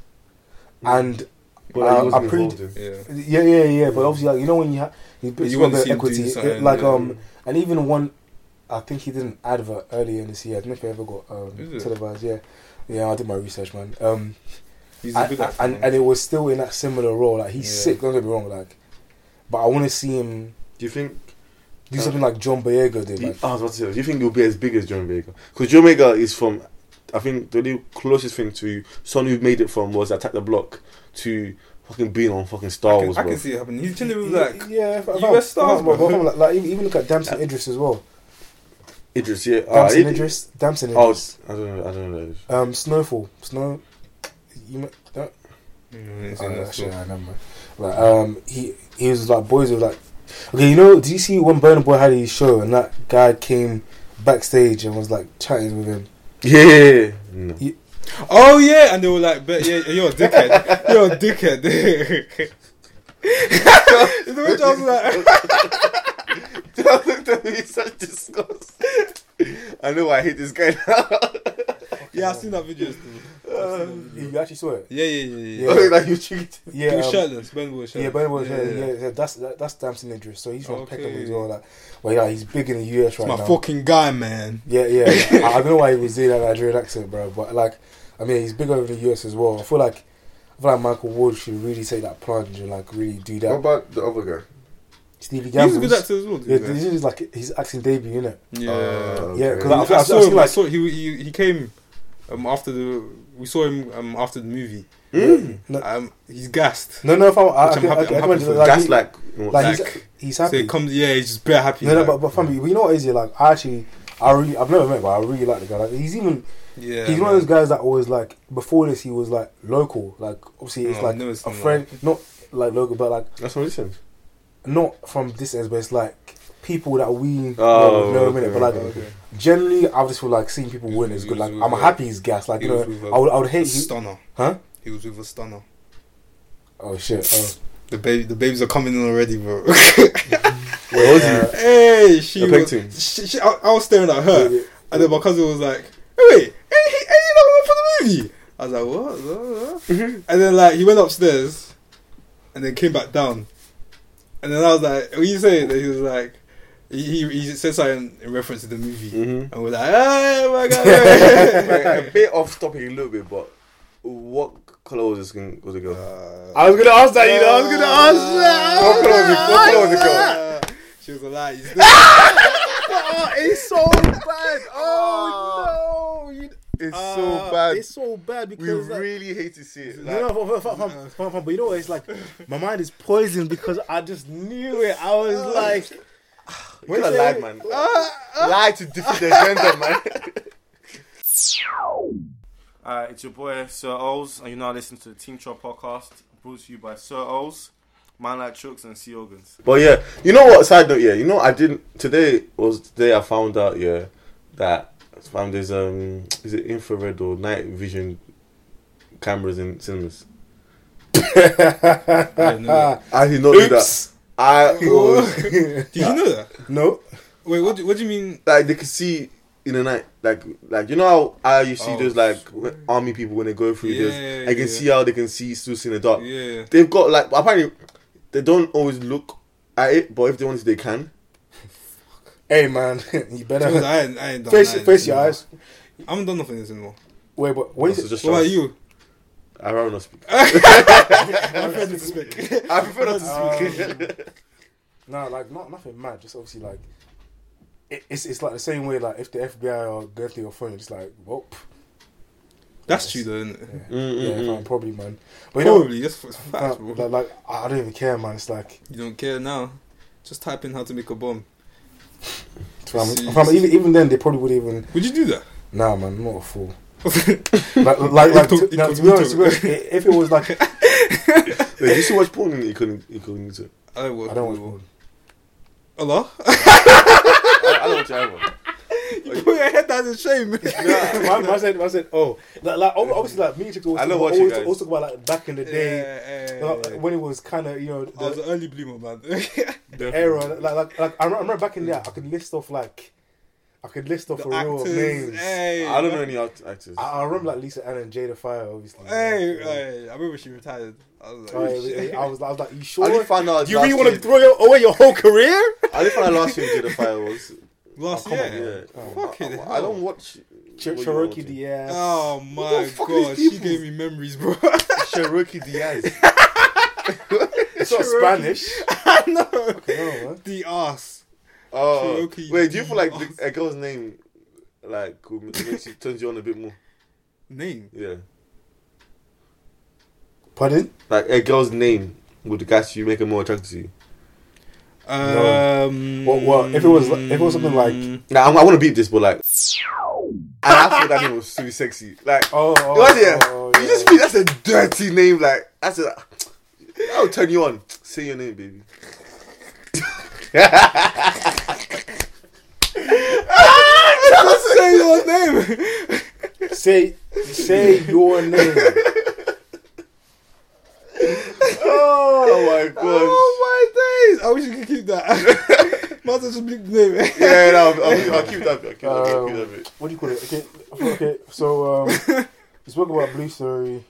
Mm. and But like, I- he wasn't I pre- involved in. yeah. Yeah, yeah, yeah. But obviously, like you know, when you have you put You you wanna the see him do equity, it- something, like Mm-hmm. yeah. um, and even one, I think he did an advert earlier in this year. I don't know if he ever got Is um, it? televised. Yeah, yeah. I did my research, man. Um, He's a and, good actor. and man. and it was still in that similar role. Like he's Yeah. sick. Don't get me wrong. Like, but I want to see him Do you think do Uh, something like John Boyega did. Do you, Like, ah, I was about to say, do you think he'll be as big as John Vega? Because John Vega is from, I think the only closest thing to someone who made it from was Attack the Block to fucking being on fucking Star I can, Wars, I bro. can see it happening. He's chilling with like yeah, if, if US I'm- if stars, I'm- if bro. I'm like, like even even look at Damson Idris as well. Idris, yeah. Ah, Damson Id- Idris, Damson Oh, Idris. I don't know. I don't know. Um, Snowfall, Snow. You might, don't, Mm, Oh, that's that shit, cool. I remember. Like, um, he he was like boys were like, okay, you know, do you see when Burner Boy had his show and that guy came backstage and was like chatting with him? Yeah. No. Oh yeah, and they were like, "Bet yeah, you're a dickhead. you're a dickhead." the way Charles was like, He's such disgust. I know why I hate this guy now. "Yeah, I've seen that video." Still. You you actually saw it. Oh, Yeah, yeah, yeah, yeah. Um, Yeah. like you cheated. Yeah, he was um, shirtless. Ben was shirtless. yeah, but it was, yeah, yeah. yeah, yeah, that's that, that's Damson Idris. So he's from Okay. Peckham as well. Like, well, yeah, he's big in the US It's right my now. fucking guy, man. Yeah, yeah. I, I don't know why he was doing that Nigerian accent, bro. But like, I mean, he's big over the US as well. I feel like, I feel like Michael Ward should really take that plunge and like really do What that. about the other guy? Stevie He was Gamble's, a good actor as well. Yeah, Oh. Yeah, this is like his acting debut, innit? yeah. Uh, Yeah, okay. 'cause I- I've- I, I've saw seen, him. I like- saw he he, he came um, after the we saw him um, after the movie. Mm. Hmm? No, Um, he's gassed. no, no. If I'm, I, I, Which I'm can- I, happy- can- I, I'm can happy imagine, for. like, That's he- like, like, he's, like, he's So happy. he comes. Yeah, he's just bare happy. no, no, like, but, but family, we know what is it like. I actually, I really, I've never met, but I really like the guy. Like, he's even, yeah, he's one of those guys that always like. Before this, he was like local. Like, obviously, it's No, I've like never a seen him friend, not like local, but like that's what it is. not from this end, but it's like people that we Oh, know, know innit? okay, But like, Okay. generally, I just feel like seeing people He win was- is he good. was Like, with, I'm uh, happy he's gas. Like, he you know, was with, uh, I would, I would A hate. He, stunner. Huh? He was with a stunner. oh shit! Oh. The baby, the babies are coming in already, bro. Wait, what Uh, hey, she I was. pegged him. She, she, I, I was staring at her, yeah, and then my cousin was like, "Hey, "Wait, hey, he, hey, you not one for the movie?" I was like, "What?" What? What?" Mm-hmm. and then like he went upstairs, and then came back down, and then I was like, "What you saying?" And he was like, "He he, he said something in reference to the movie," Mhm. Mm-hmm. and we're like, "Oh my god!" Wait, a bit off topic a little bit, but what color was this skin? Was it girl? Uh, I was gonna ask that, you know. I was gonna ask that. What color was it? What color was it, girl? uh, she was alive. it's so bad. Oh, no! It's Uh, so bad. It's so bad because uh, we like, really hate to see it. Like, no, no, fam, fam, fam, fam, fam, fam, but you know what? It's like my mind is poisoned because I just knew it. I was like, we're not lied, man. Lie to defeat the agenda, man. Uh, it's your boy Sir Oz, and you're now listening to the Team Chop podcast brought to you by Sir Oz, Man Like Chooks, and Sea Organs. But yeah, you know what? Side note, yeah, you know I didn't. Today was the day I found out, yeah, that fam, there's um, is it infrared or night vision cameras in cinemas? I did not do that. I was, Did you know that? no, Wait, what do, what do you mean? like they could see in the night, like like you know how, how you see Oh, those like army people when they go through Yeah, this, yeah, I can yeah. see how they can see still see in the Oh. dark. Yeah. They've got like apparently they don't always look at it, but if they want to, they can. hey man, Because you better I ain't, I ain't done face nothing face your anymore. eyes. I haven't done nothing this anymore. Wait, but what So is it? just What try- about you? I rather not speak. I'm afraid to speak. I prefer not Um, to speak. No, like not nothing mad. Just obviously like. it- It's, it's like the same way like if the FBI or go through your phone, it's like, well, That's true though, isn't it? Mm, yeah, fine, probably man. But you know, Probably. That's f- facts, Like, bro. like, like, I don't even care, man. It's like, You don't care now. Just type in how to make a bomb. fam, See- fam, even, even then, they probably would even. Would you do that? Nah, man, I'm not a fool. Like, like, like to, now, to be honest, to be honest, i- if it was like, I Wait, did you still watch porn in Econ- Incognito? I don't watch. don't watch football. porn. Allah? I, I don't watch it either. You put your head down in shame. I, I said, I said, oh, like, like ob- obviously, like me and Chicks always, I talk love about- watching always, guys. always talk about like back in the day, Yeah, like, yeah, like, yeah. when it was kind of you know I was the an early bloomer, man. era. Like, like, like I remember- I remember back in the day, I could list off like, I could list off a real names. Hey, I don't know any act- actors. I, I remember like Lisa Ann and Jada Fire, obviously. Hey, hey, I remember she retired. I was like, Oh, Eh, oh, shit. yeah, I was, I was like, you I sure? didn't find out. you last really want to year- throw your, away your whole career? I didn't find out last year did a fire was. last Oh, come on, year. Yeah. Fucking I- hell. I, don't watch. Ch- what you Cherokee watching. Diaz. Oh my fuck are god, these she people? gave me memories, bro. Cherokee Diaz. It's not Spanish. I know. No, man. The ass. Oh, Cherokee wait. Do you feel like Diaz. the, a girl's name, like, would ma- makes you turns you on a bit more? Name. Yeah. Pardon? Like a girl's name would gas you, make her more attracted to you. No. Um, Well- well, if it was- if it was something like- Mm. Now I'm, I want to beat this, but like, and I thought that name was too sexy. Like, Oh, You oh, know, yeah. oh, You yeah. just feel that's a dirty name, like that's a that'll turn you on. Say your name, baby. say your name. say say your name. Oh my gosh. Oh my days. I wish you could keep that. Might as well just bleep the name. Yeah, Um, no, I'll, I'll, I'll keep that bit. I'll keep that bit. I'll keep that bit. What do you call it? Okay, okay. So um, You spoke about Blue Story.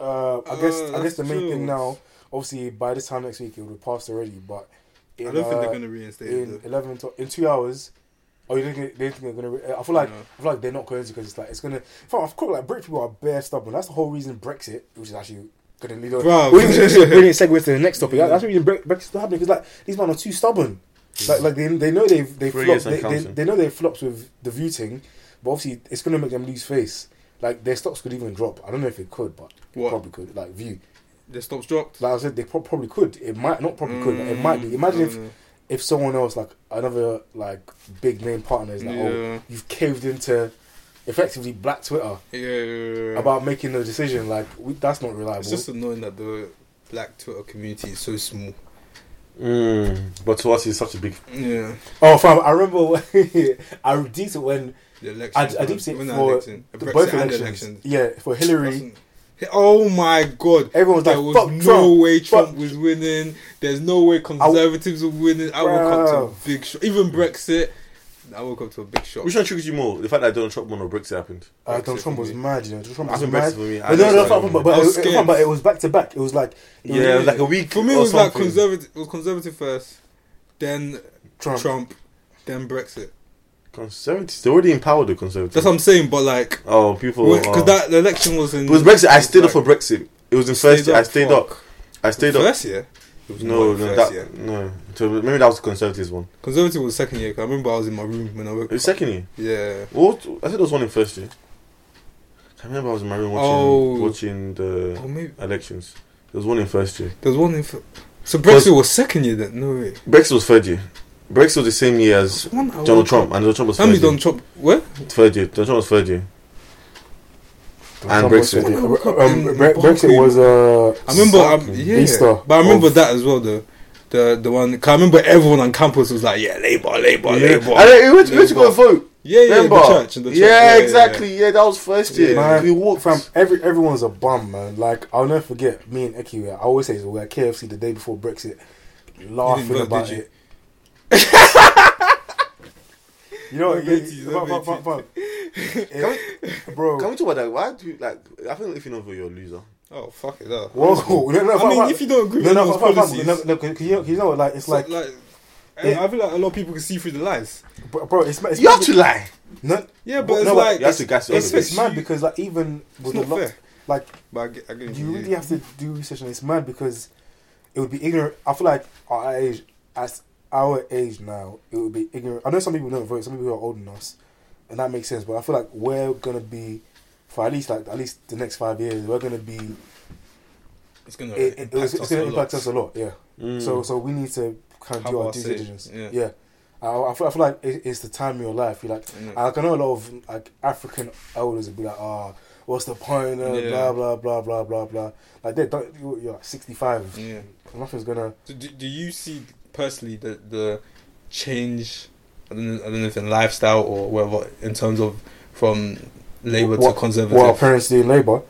Uh, I guess Uh, I guess the main that's true. thing now, obviously, by this time next week it will have passed already. But in, I don't think uh, they're gonna reinstate in it. though. eleven to, in two hours. Oh, you don't think they don't think they're gonna? Re- I feel like No. I feel like they're not going to because it's like it's gonna. Fam, of course, like British people are bare stubborn. That's the whole reason Brexit, which is actually gonna lead on. Bruv. We need to bring it segue to the next topic. That's the reason Bre- Brexit's not happening because like these men are too stubborn. Like like they they know they've they Three flopped. years and They, they, counting. they know they flopped with the view thing, but obviously it's gonna make them lose face. Like their stocks could even drop. I don't know if it could, but What? probably could. Like view, The stops dropped. like I said, they pro- probably could. It might not probably could. but it might be. Imagine if Mm. if someone else, like another like big name partner, is like, Yeah. oh, you've caved into effectively Black Twitter if yeah, yeah, yeah, yeah. about making a decision. Like we, that's not reliable. It's just annoying that the black Twitter community is so small. Mm, but to us, it's such a big. Yeah, Oh, fam, I remember when- I deeped it when the election. I, I deeped it When the for election, the the Brexit both and the elections. Yeah, for Hillary. election. Oh my god. Everyone was There like, was "Fuck no Trump, way Trump fuck- was winning. There's no way conservatives were winning. I woke up to a Bruv. big shock. Even Brexit, I woke up to a big shock. Which one triggers you more? The fact that Donald Trump won or Brexit happened? Uh, Brexit Donald Trump for was me. mad, you know. Donald Trump That's was what mad. Brexit for me. I But no, just no, like- no, but, I but, was it, scared. but it was back to back. It was like it was Yeah, it was like a week For me, it or was like something. conservative. It was conservative first, then Trump, then Brexit. Conservatives. They're already in power, the Conservatives. That's what I'm saying. But like, Oh, people. because oh. that the election was in. It was Brexit. I stayed up like- for Brexit. It was in first year. I stayed fuck. up. I stayed up. First year. It was No, not no, first that, year. no. So maybe that was the Conservatives one. Conservative was second year. 'cause I remember I was in my room when I woke It was up. second year. Yeah. What? I think there was one in first year. I remember I was in my room watching, Oh. watching the Oh, maybe elections. There was one in first year. there was one in. fir- So Brexit was second year then. No way. Brexit was third year. Brexit was the same year as One I Donald woke Trump, up- and Donald Trump was How many third Donald year. Trump? Where? Third year. Donald Trump was third year. And Brexit. Um, Bre- Brexit was. Uh, I remember. Um, yeah. Easter. But I remember of- that as well. The the the one. Cause I remember everyone on campus was like, Oh, yeah, Labour, Labour, Yeah. Labour. And then we went to, we went to go and Labour. vote. Yeah, yeah. remember? The church. The church. yeah, exactly. Yeah. that was first year. Man, we walked fam, every everyone's a bum, man. Like I'll never forget me and Eki. I always say this, we were at KFC the day before Brexit, laughing vote, about did you? it. you know, Don't what? get it, don't fam, fam, fam, fam. It- bro. Can we talk about that? Why do you, like? I think if you don't vote, you're a loser. Oh fuck it up. Whoa, no, no, I fam, mean, fam. if you don't agree no, with no, those fam, fam, policies, no, no, 'cause you, know- you know, like it's so, like, like, Yeah. I feel like a lot of people can see through the lies. bro, bro, it's, it's You have to lie. no, Yeah, but Well, it's no, but like You have to gas it up it's a it's, bit. fixed. it's mad because like even with it's the not lock, fair. like But I get, I get what you mean. really have to do research on this man because it would be ignorant. I feel like our age, at our age now, it would be ignorant. I know some people don't vote, some people are older than us, and that makes sense. But I feel like we're gonna be for at least like at least the next five years, we're gonna be. It's gonna It, it, impact it's, it's us gonna a lot. impact us a lot, yeah. Mm. So so we need to kind of Have do our our due say, diligence. yeah. Yeah. I, I, feel, I feel like it, it's the time of your life. You like, Mm. like I know a lot of like African elders would be like, ah, what's the point? Uh, Yeah. Blah blah blah blah blah blah. Like they don't. You're, you're like 65. Yeah. Nothing's gonna. So do, do you see personally the the change? I don't know, I don't know if in lifestyle or whatever in terms of from Labour to What- Conservative. What our parents do in Labour,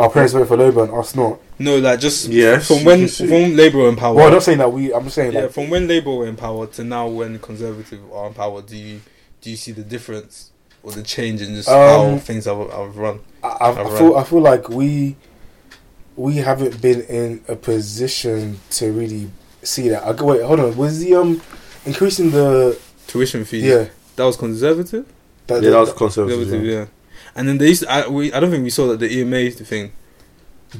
our parents vote for Labour and us not. no, like just Yes, from you when can see. from Labour were in power. Well, I'm not saying that we. I'm saying Oh, yeah, like from when Labour were in power to now when Conservative are in power. Do you do you see the difference or the change in just how Um, things have, have run? I, I, I feel. I feel like we we haven't been in a position to really see that. I, go- wait, hold on. Was the um increasing the Tuition fees. yeah? that was Conservative. That, yeah, that was that, conservative. Conservative, yeah. yeah. And then they used to, I, we, I don't think we saw that the E EMA thing.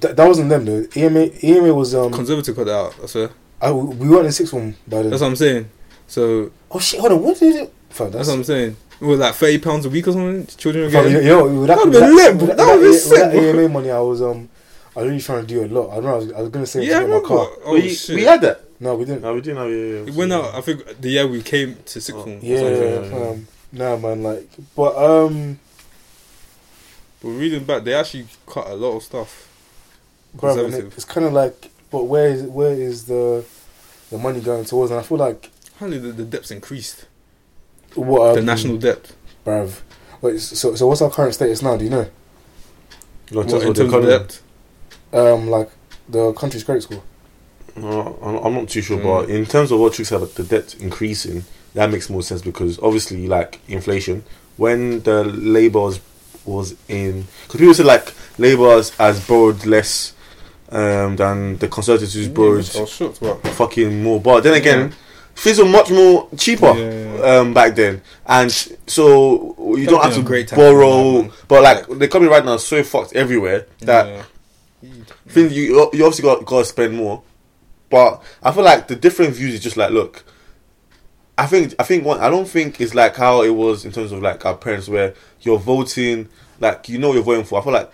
that, that wasn't them though. E EMA EMA was um. Conservative cut that out. I swear. I, we weren't in sixth form by then. That's what I'm saying. So oh shit! Hold on. What did it? Fam, that's that's, what I'm saying. It was like thirty pounds a week or something. Children are fam, getting. yo, yo, with that, That would've with been lit, that, bro. with that, That would've been with that sick, bro. EMA money, I was um. I was really trying to do a lot. I don't know. I was, I was gonna say yeah, I something about remember. my car. Oh we, shit! we had that. No, we didn't. No, we didn't have. Yeah, yeah, it went out. I think the year we came to sixth Oh, form. or Yeah, something. yeah. um, nah, man. Like, but um, But reading back, they actually cut a lot of stuff. Bruv, and Conservative. it- it's kind of like, but where is where is the the money going towards? And I feel like Apparently, the, the debt's increased. what the um, national debt. bruv. Wait, so so what's our current status now? Do you know? Got What, in terms of debt. Um, like the country's credit score. No, I'm- I'm not too sure, Mm. but in terms of what tricks about the debt increasing, that makes more sense because obviously, like inflation, when the Labour's was in because people say like Labour has, has borrowed less um, than the Conservatives who's borrowed I was shocked. What? fucking more. But then again, things were much more cheaper Yeah. um, back then, and so you don't have been a to great time for that, borrow. man. But like the economy right now is so fucked everywhere that Yeah. things you you obviously got got to spend more. But I feel like the different views is just like look. I think I think one I don't think it's like how it was in terms of like our parents where you're voting like you know what you're voting for. I feel like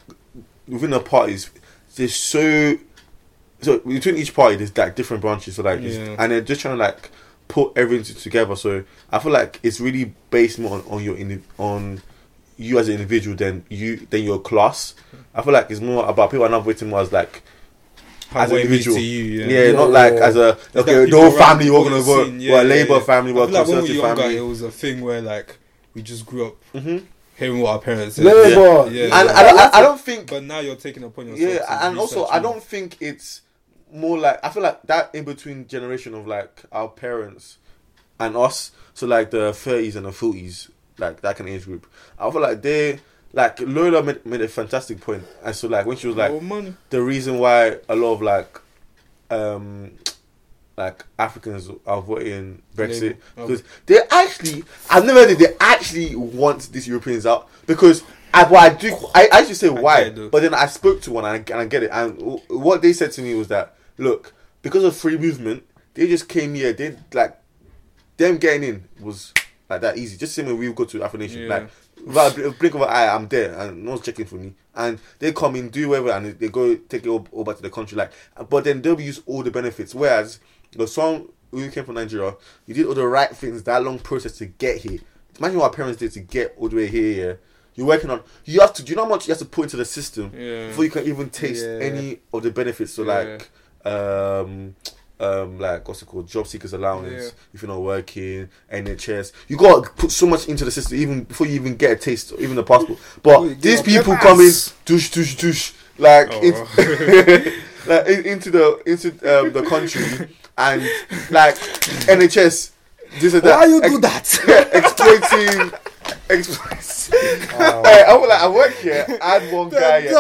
within the parties there's so so between each party there's like different branches so like it's- Yeah. and they're just trying to like put everything t- together so i feel like it's really based more on, on your indi- on you as an individual than you than your class i feel like it's more about people are not voting more as like How as an it means individual. to you, yeah, yeah. not Yeah. like as a It's okay like the whole people around family we're what gonna you've vote seen, we're a labor family I we're a feel like when we were conservative younger, family it was a thing where like we just grew up Mhm. hearing what our parents said. Labour. Yeah. and I, don't- I, I don't think But now you're taking it upon yourself. yeah to and also research i more. don't think it's more like i feel like that in between generation of like our parents and us so like the 30s and the 40s like that kind of age group i feel like they like lola made, made a fantastic point and so like when she was like Well, money. the reason why a lot of like um like africans are voting brexit Labour. Oh. because they actually i've never heard that they actually want these europeans out because I, but I do. I I actually say why, it though. but then I spoke to one and I, and I get it. And w- what they said to me was that look, because of free movement, they just came here. They like them getting in was like that easy. Just same way we go to Afro Nation, Yeah. like without a bl- blink of an eye, I'm there and no one's checking for me. And they come in, do whatever, and they go take it all, all back to the country. Like, but then they'll use all the benefits. Whereas the song who came from Nigeria, you did all the right things, that long process to get here. Imagine what our parents did to get all the way here. Yeah. You're working on. You have to. Do you know how much you have to put into the system Yeah. before you can even taste Yeah. any of the benefits? So Yeah. like, um, um, like what's it called? Job seekers allowance. Yeah. If you're not working, NHS. You got to put so much into the system even before you even get a taste, or even a passport. But Wait, these give people up. come in, douche, douche, douche, like, Oh, in- like in- into the into um, the country and like NHS. This and that. Why you do Ex- that? yeah, exploiting. Oh. exploiting. Hey, I was like, I work here. I had one guy. Yeah. I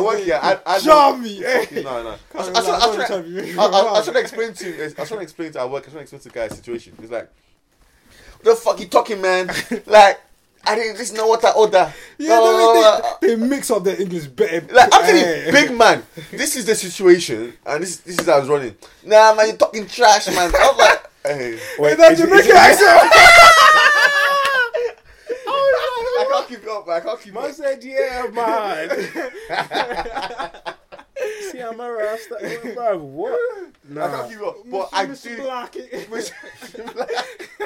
work here. I, I Jam me, Fucking No, no. I, I, I, Come I, on, I, I'm I, trying to be- I, I, I trying to explain to you. I was trying to explain to our work. I was trying to explain to the guy's situation. He's like, "What the fuck you talking, man? Like, I didn't just know what I order." Yeah, Blah, blah, they- blah, blah. they, they mix up their English better. uh, Like I'm telling Hey. you, big man, this is the situation, and this this is how I was running. Nah, man, you're talking trash, man. I was like, hey. Hey, that is it- is Jamaican it- accent. I can't keep it up. man. I can't keep it I up. said, yeah, man. See, I'm a rasta. Bro, what? I can't Nah. keep it up. But I do.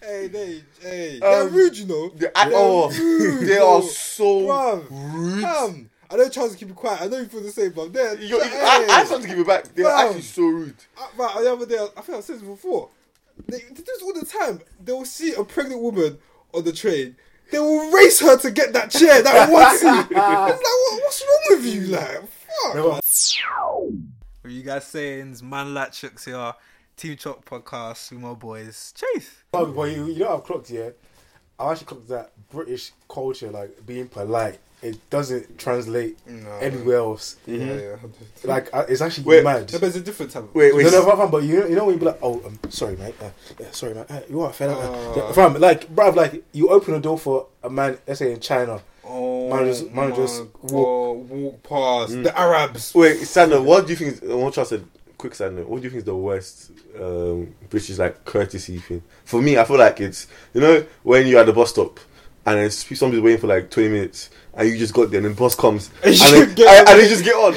Hey, they, hey, they're Um, rude, you know. They, I, oh, they are so Bruv. rude. Damn. I know Charles keep it quiet. I know you feel the same, but they're. You- you- hey. I, I have something to give it back. They are Bruv. actually so rude. I, right, the other day, I think I said this before. They, they do this all the time. They will see a pregnant woman on the train. They will race her to get that chair that one seat. it's like, what, what's wrong with you, like? Fuck. What you guys saying? Man Latchooks here, Team Chop Podcast with my boys. Chase. Oh, but you, you know, I've clocked, yeah. I actually clocked that British culture, like being polite, it doesn't translate anywhere else. Yeah, yeah. Like, I, it's actually Mm-hmm. Wait, mad. No, but it's a different type. Of, Wait, wait. No, no, fam, fam, but you know, you know when you be like, oh, um, sorry, mate, uh, yeah, sorry, mate, uh, you are fella, uh, Ah. yeah, fam, like, bruv, like, you open a door for a man, let's say in China, oh, Man just- man just walk, walk past the Arabs. Wait, Sandra, what do you think? I want to say quick side note. What do you think is the worst um, British like courtesy thing? For me, I feel like it's you know when you're at the bus stop and then sp- somebody's waiting for like 20 minutes and you just got there and the bus comes and, you then, get and, on. and they just get on.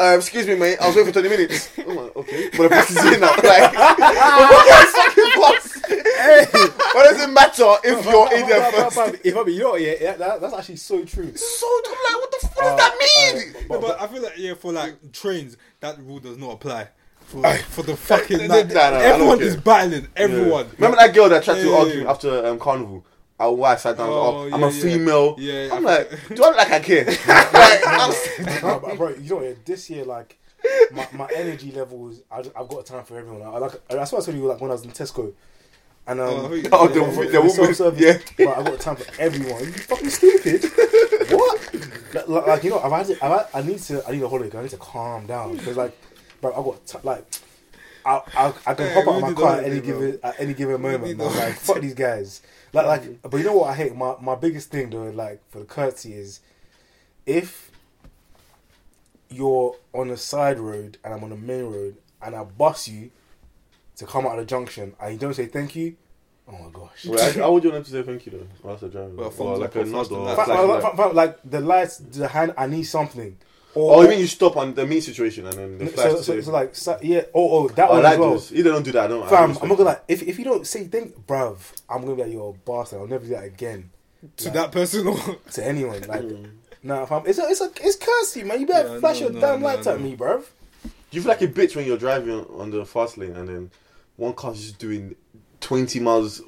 Uh, excuse me, mate. I was waiting for 20 minutes. Oh my, okay, but the bus is here now. Like, what is fucking bus? What does it matter if you're in there Fam, first? fam, fam, if I be, you know, what, yeah, yeah that, that's actually so true. So I'm like, what the fuck does that mean? No, Uh, but I feel like yeah, for like trains, that rule does not apply. For, for the fucking Nah, nah, nah, I don't everyone care. is battling everyone. Remember that girl that tried to Yeah. argue after um, Carnival? Oh, why I sat down. Oh, Oh, I'm yeah, a yeah. female. Yeah, I'm I- like, do I look like I care? like, I'm, Nah, but, bro, you know, yeah, this year, like, my, my energy levels, I just, I've got time for everyone. Like, I, like, that's what I told you, like, when I was in Tesco, And Oh, I um, thought you- Oh, yeah, the, yeah, wo- yeah, the woman. self-service. Yeah. but I got time for everyone. You fucking stupid. what? Like, like, like, you know, I've had to, I've had, I need to I need a holiday. 'cause I need to calm down because like, bro, I got t- like. I, I, I can Hey, hop we out of my need the car at holiday, any bro. given at any given need moment. the Man. Like fuck these guys. Like like, but you know what I hate? My my biggest thing though, like for the courtesy is, if you're on a side road and I'm on the main road and I bus you to come out of the junction and you don't say thank you, oh my gosh. Wait, how would you want them to say thank you though? Whilst they're driving? Well, Or thumbs like up or a nod or faster than Fa- like- that. fa- like- fa- fa- like the lights, the hand. I need something. Or, Oh, you mean you stop on the meat situation and then the so, flash so, so, to- like so- yeah. Oh, oh, that I one like as well. those. You don't do that. I don't. I Fam, don't I'm not gonna like if if you don't say think, bruv, I'm gonna be like you're a bastard. I'll never do that again to that person or to anyone. Like, nah, fam, it's a, it's a, it's cursey, man. You better Yeah, flash no, your no, damn no, lights at no. me, bruv. Do you feel like a bitch when you're driving on the fast lane and then one car's just doing 20 miles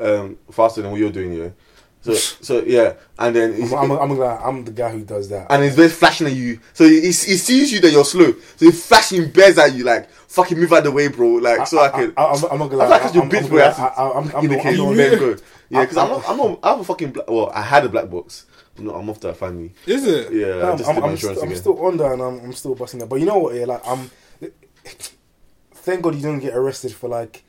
um, faster than what you're doing, yeah? So, so yeah, and then he's, I'm, I'm, I'm, gonna, I'm the guy who does that. and he's very flashing at you. So he, he sees you that you're slow. So he's flashing bears at you, like, fucking move out the way, bro. Like, so I, can. I, am I'm not gonna I feel lie. like it's your I'm- bitch, I'm bro. gonna- That's I- I- I'm- I'm not- indicating I'm not- you let go. Yeah, because I- I'm not, I'm not, I have a fucking black, well, I had a black box. I'm not, I'm off that family. is it? Yeah, I No, just I'm, did my I'm, insurance st- I'm again. still on that and I'm, I'm still busting that. But you know what? Yeah, like I'm. Thank God you don't get arrested for like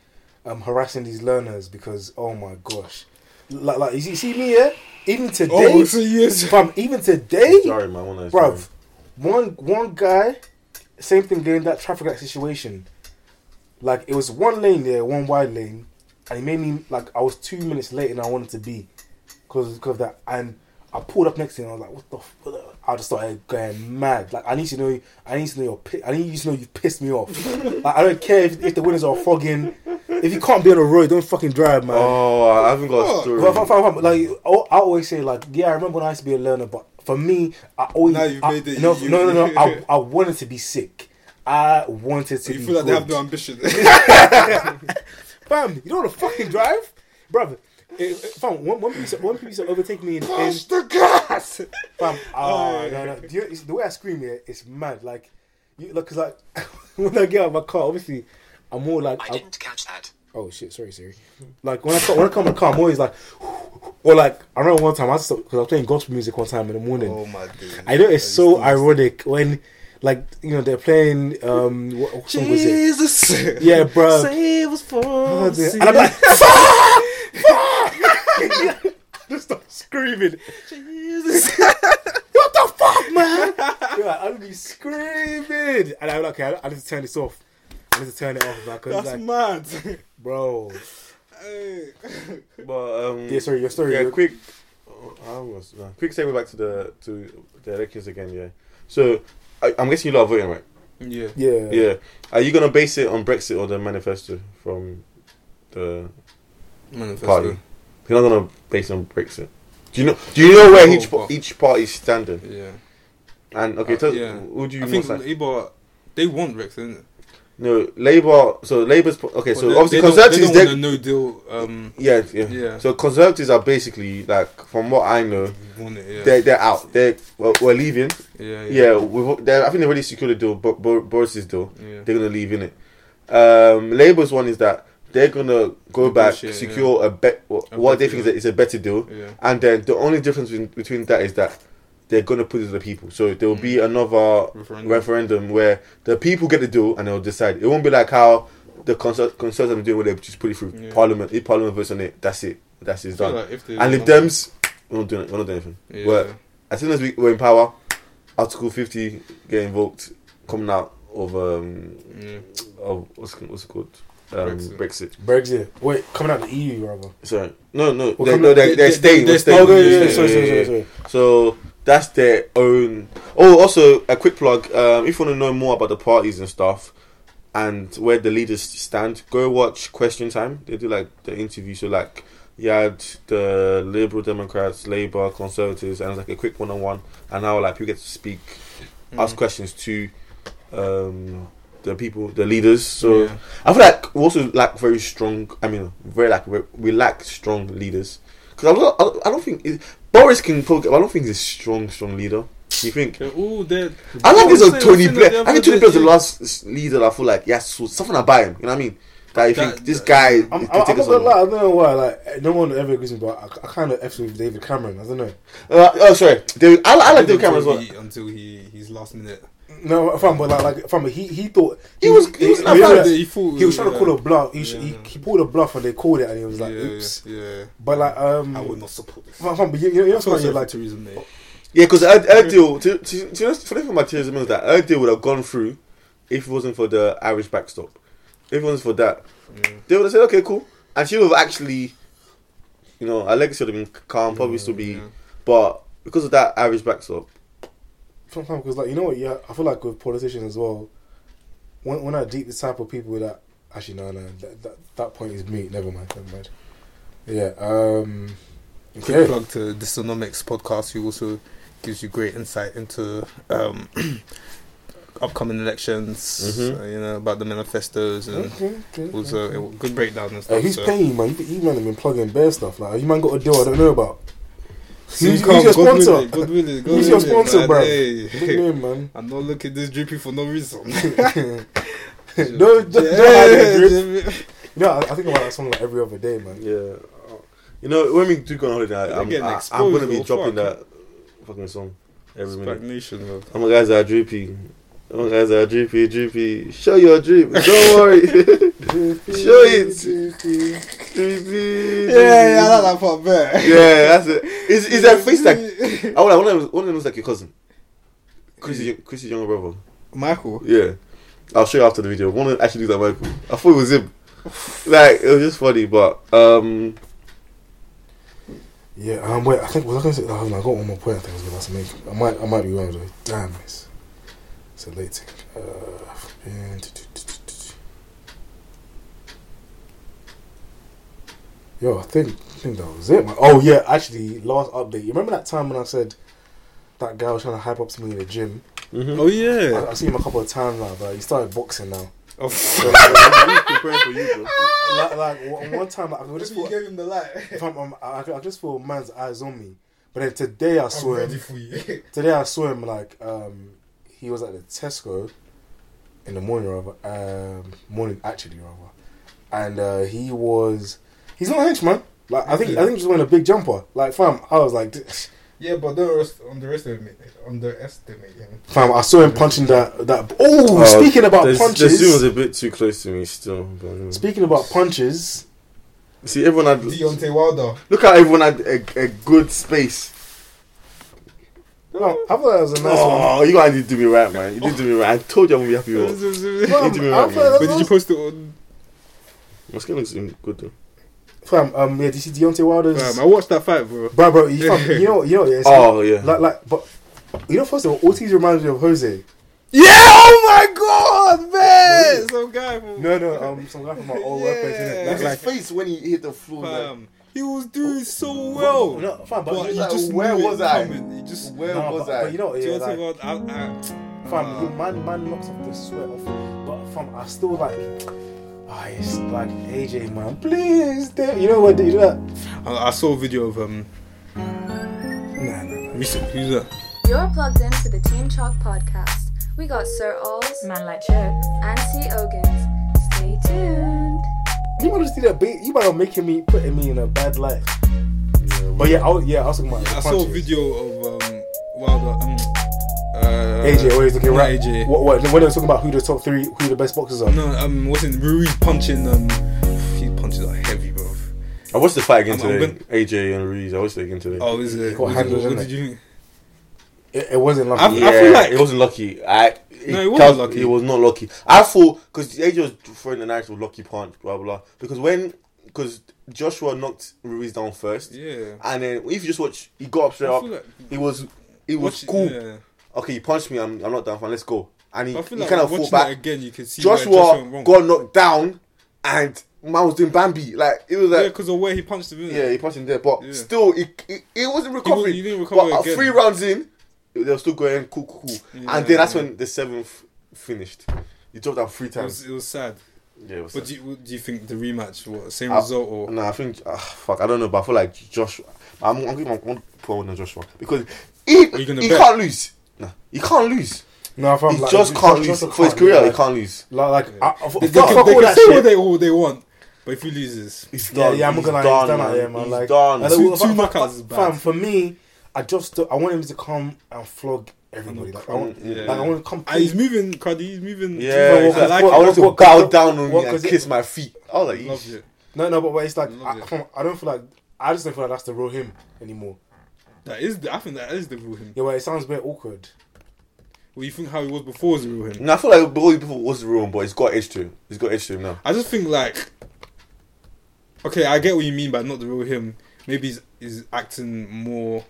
um, harassing these learners because oh my gosh, like like you see, see me yeah, even today, Oh, so yes. fam, even today, Sorry, man. One night, bruv, sorry. one one guy, same thing during that traffic light situation. Like it was one lane there, one wide lane, and he made me like I was two minutes late and I wanted to be, cause cause of that. And I pulled up next to him. and I was like, what the? F-? what the-" I just started going mad. Like I need to know. you- I need to know your. Pi- I need you to know you pissed me off. like, I don't care if, if the windows are fogging. If you can't be on the road, don't fucking drive, man. Oh, I haven't got a story. Well, fam, fam, fam, like oh, I always say, like yeah, I remember when I used to be a learner, but for me, I always Now you've I- made it, No, you- no, no, no. you- I, I wanted to be sick. I wanted to You be. feel like they have good. no ambition. Fam, you don't want to fucking drive, brother. It, fam, one, one piece, one piece to overtake me in. in the gas. fam, ah, no, no. Do you, it's, the way I scream here, it's mad. Like, you, like, cause like, when I get out of my car, obviously, I'm more like, I I'm- didn't catch that. Oh shit, sorry Siri. Like when I co- when I come in the car, I'm always like, or like I remember one time I because I was playing gospel music one time in the morning. Oh my dude. I know it's so ironic when, like you know, they're playing um what, what song was it? Jesus. Yeah, bro. Save us for And I'm like, just start screaming. what the fuck, man? You're like, I'll be screaming, and I'm like, okay, I I need to turn this off. I need to turn it off, man. Cause That's like, mad. bro. Hey. But um, Yeah, sorry, your story. Yeah, your- quick. oh, I was, no. Quick segue back to the to the elections again. Yeah. So I, I'm guessing you lot are voting, right? yeah. Yeah. Yeah. Are you gonna base it on Brexit or the manifesto from the party? You're not gonna base it on Brexit. Do you know? Do you know where each Oh, fuck. each party's standing? Yeah. And okay, tell, uh, yeah. who do you I think most like? Labour, they want Brexit, isn't it? No, Labour. So Labour's okay. So But they- obviously they don't- Conservatives. They They don't want a no deal. Um, yeah, yeah, Yeah. So Conservatives are basically like, from what I know, want it, yeah. they're they're out. They're well, we're leaving. yeah, yeah, Yeah, we've, they're- I think they already secured the deal. But Bo- Boris's deal, yeah. they're gonna leave in it. Um, Labour's one is that they're gonna go back, Negotiate, secure a bet. What, A what they better think is deal. a, is a better deal, yeah. and then the only difference between, between that is that they're gonna put it to the people. So there will be another Mm. Referendum. referendum where the people get the deal and they'll decide. It won't be like how the consult consultants are doing where they just put it through Yeah. Parliament. If Parliament votes on it, that's it. That's it. I It's feel done. like if they and Lib want- Dems, we're not doing. We're not doing anything. Yeah. We're- as soon as we were in power, Article 50 get invoked, coming out of um yeah. of what's it- what's it called um, Brexit. Brexit. Brexit. Wait, coming out of the E EU, rather. Sorry, no, no, Well, they, come no, on, they, they're they- they- staying. they're They're staying. Oh, staying. Okay, yeah, they're yeah, staying. sorry, sorry, So that's their own. Oh, also a quick plug. Um, if you want to know more about the parties and stuff, and where the leaders stand, go watch Question Time. They do like the interview. So like, you had the Liberal Democrats, Labour, Conservatives, and it's like a quick one-on-one. And now like people get to speak, ask questions to um, the people, the leaders. So Yeah. I feel like we also lack very strong. I mean, very like we we lack strong leaders. Because I don't, I don't- I don't think it, Boris can. Talk, I don't think he's a strong, strong leader. You think? They're all dead. I like Oh, this I'm on saying- Tony I'm saying Blair. that I think they're Tony Blair's the dead. last leader that I feel like, yeah, so something about him. You know what I mean? That if That- you, this guy, I'm, he I'm, can I'm take not us gonna on. lie. I don't know why. Like no one ever agrees with me, but I, I kind of f with David Cameron. I don't know. Uh, oh, sorry. David, I, I like David until Cameron as well. He, until he he's last minute. No, fam, but like, like fam, he he thought He was- he was he, not was- bad. he thought- was trying to call yeah. a bluff. He, sh- he, Yeah. he pulled a bluff and they called it, and he was like, uh, yeah, "Oops." yeah. But like, um, I would not support this. fam, fam, but you, you know, That's what fam, I you're like like, Theresa May. Yeah, because Erdil, do do- do you know the funny thing about Theresa May is that Erdil would have gone through if it wasn't for the Irish backstop. If it wasn't for that, Mm. they would have said, okay, cool. And she would have actually, you know, Alexia would have been calm, probably still be. Mm. But because of that Irish backstop, fam, fam, because like, you know what? Yeah, I feel like with politicians as well. When when I deep the type of people that actually no no that that, that point is me. Never mind, never mind. Yeah. Um. Quick Okay. plug to Dysonomics podcast, who also gives you great insight into um, upcoming elections. Mhm. uh, you know about the manifestos and Mm-hmm. Okay, okay, also okay. it- good breakdown and Hey, stuff. who's so. paying you, man? You, you man have been plugging bear stuff. Like, you man got a deal I don't know about. Soon Who's- come, who's your God willing, sponsor? God willing, God Who's your willing, sponsor, man, bruv? hey. Big name, man. I'm not looking this drippy for no reason. No, don't- don't hide Yeah, it, drip. Jimmy. You know, I, I think about that song like every other day, man. yeah. You know, when we do go on holiday, I'm, getting I, I'm exposed, going to be though, dropping fuck. that fucking song every minute. Stagnation, bro. Oh my guys are droopy. Oh my guys are droopy, droopy. Show your drip. Don't worry. Show it. droopy. I like that part better. Yeah, that's it. Is is that face like? Oh, like one of them, one of them looks like your cousin. Chris's Chris's younger brother. Michael. Yeah, I'll show you after the video. One of them actually looks like Michael. I thought it was him. Like it was just funny, but um, Yeah, um, wait, I think was I gonna say? Oh, no, I got one more point. I think I was gonna ask to make. I might, I might be wrong though. Damn this, it's a late thing. Uh, and- Yo, I think, I think that was it, man. Oh yeah, actually, last update. You remember that time when I said that guy was trying to hype up to me in the gym? Oh yeah. I, I've seen him a couple of times now, but he started boxing now. Oh, So, like, preparing for you, bro. like, like, one one time, like, I just thought, him the light. if I'm, I'm, I, I just feel man's eyes on me. But then today I saw him. for you. Today I saw him like um, he was at the Tesco in the morning rather um, morning actually rather, and uh, he was he's not a henchman. Like I think I think he was wearing a big jumper. Like fam, I was like "This- Yeah, but don't underestimate underestimate him. fam, I saw him punching that that. Oh, speaking about the, punches, the zoom was a bit too close to me still. but, um, speaking about punches. See, everyone had Wilder. look how everyone had a, a good space. No, I thought that was a nice one. Oh, you guys did do me right, man. You Oh. did do me right. I told you I'm gonna be happy. You were. Fam, You did me I right, thought man. that But did you was- post it on? My skin looks good though. Fam, um, yeah, did you see Deontay Wilder's? Fam, I watched that fight, bro. bro, bro, you, fam, you know, you know, yeah, it's- Oh yeah. like, like, but you know, first of all, Ortiz reminds me of Jose. Yeah! Oh my god, man! Really? Some guy from No, no, um, some guy from my old Yeah. workplace. innit? That's his like, face when he hit the floor. Like, fam. He was doing so well. no, fam, but, but you he like, just where knew was it I? coming. He just where nah, was but, I? but you know, Do you yeah, know like, what I'm saying? fam, you- man, man knocks off the sweat off. But fam, I still like, ah, it's like AJ, man, please, damn. you know what? You do that? I, I, I saw a video of um. Nah, nah, nah. Recent, who's that? You're plugged into the Team Chalk podcast. We got Sir Ols, Man Like Chip, and C. Ogans. Stay tuned. You might just do that. Bait. You might be making me putting me in a bad light. but yeah, I was, yeah, I was talking about. I the saw a punches. video of um Wilder. Um, uh, AJ always looking not right. AJ. What? What? When they were talking about who the top three, who the best boxers are. No, um, wasn't Rui punching um? He punches are heavy, bro. I watched the fight again I'm- I'm today. AJ and Ruiz. I watched it again today. Oh, is it? Got was it- handled, what innit? did you think? It, it wasn't like. I've- yeah, I feel like- it wasn't lucky. I it, No, it wasn't lucky. It was not lucky. I thought because AJ was throwing an actual lucky punch, blah blah. blah. Because when because Joshua knocked Ruiz down first, Yeah. and then if you just watch, he got up straight I up. feel like It was it was watch- cool. yeah. Okay, you punched me. I'm I'm not down. Fine, let's go. And he, I he feel like kind of watching fought back. it again. You can see where Joshua Joshua went wrong. got knocked down, and man was doing Bambi. Like it was yeah, like because of where he punched him. yeah, he punched him there, but Yeah. still it, it it wasn't recovering. he didn't recover but uh, again. three rounds in, they were still going cool, cool, cool. Yeah, and then that's yeah. when the seventh finished. He dropped down three It times. was, it was sad. yeah, it was. But do you, do you think the rematch, what, same I- result or? no, I think ah, fuck. I don't know, but I feel like Joshua. I'm, I'm giving one- one point on Joshua because he, you gonna he bet? can't lose. Nah, he can't lose. No, if I'm He like, just you can't lose just for his can't career. lose, He can't lose. Like, like I, fuck, They, fuck can, all they can that say shit. what they, all they want, but if he loses, He's Yeah, done. yeah, I'm not he's gonna lie, done, he's done out man. here, man. He's like, done. like, Two- look, two fam- knockouts is bad. Fam, for me, I just don't- I want him to come and flog everybody. Like, I want, Yeah. like, I want to come. and Ah, he's moving, Cardi, he's moving. yeah, Well, he's like, I I, like- want well, to bow well, down on well, me and 'cause it- kiss my feet. Oh, like, Loves eesh. it. No, no, but wait, it's like Love I, it. fam, I don't feel like I just don't feel like that's the real him anymore. That is, the- I think that is the real him. Yeah, well, it sounds a bit awkward. Well, you think how he was before is the real him. No, I feel like all people was the room, but he's got edge to him. He's got edge to him now. I just think like, okay, I get what you mean by not the real him. Maybe he's, he's acting more,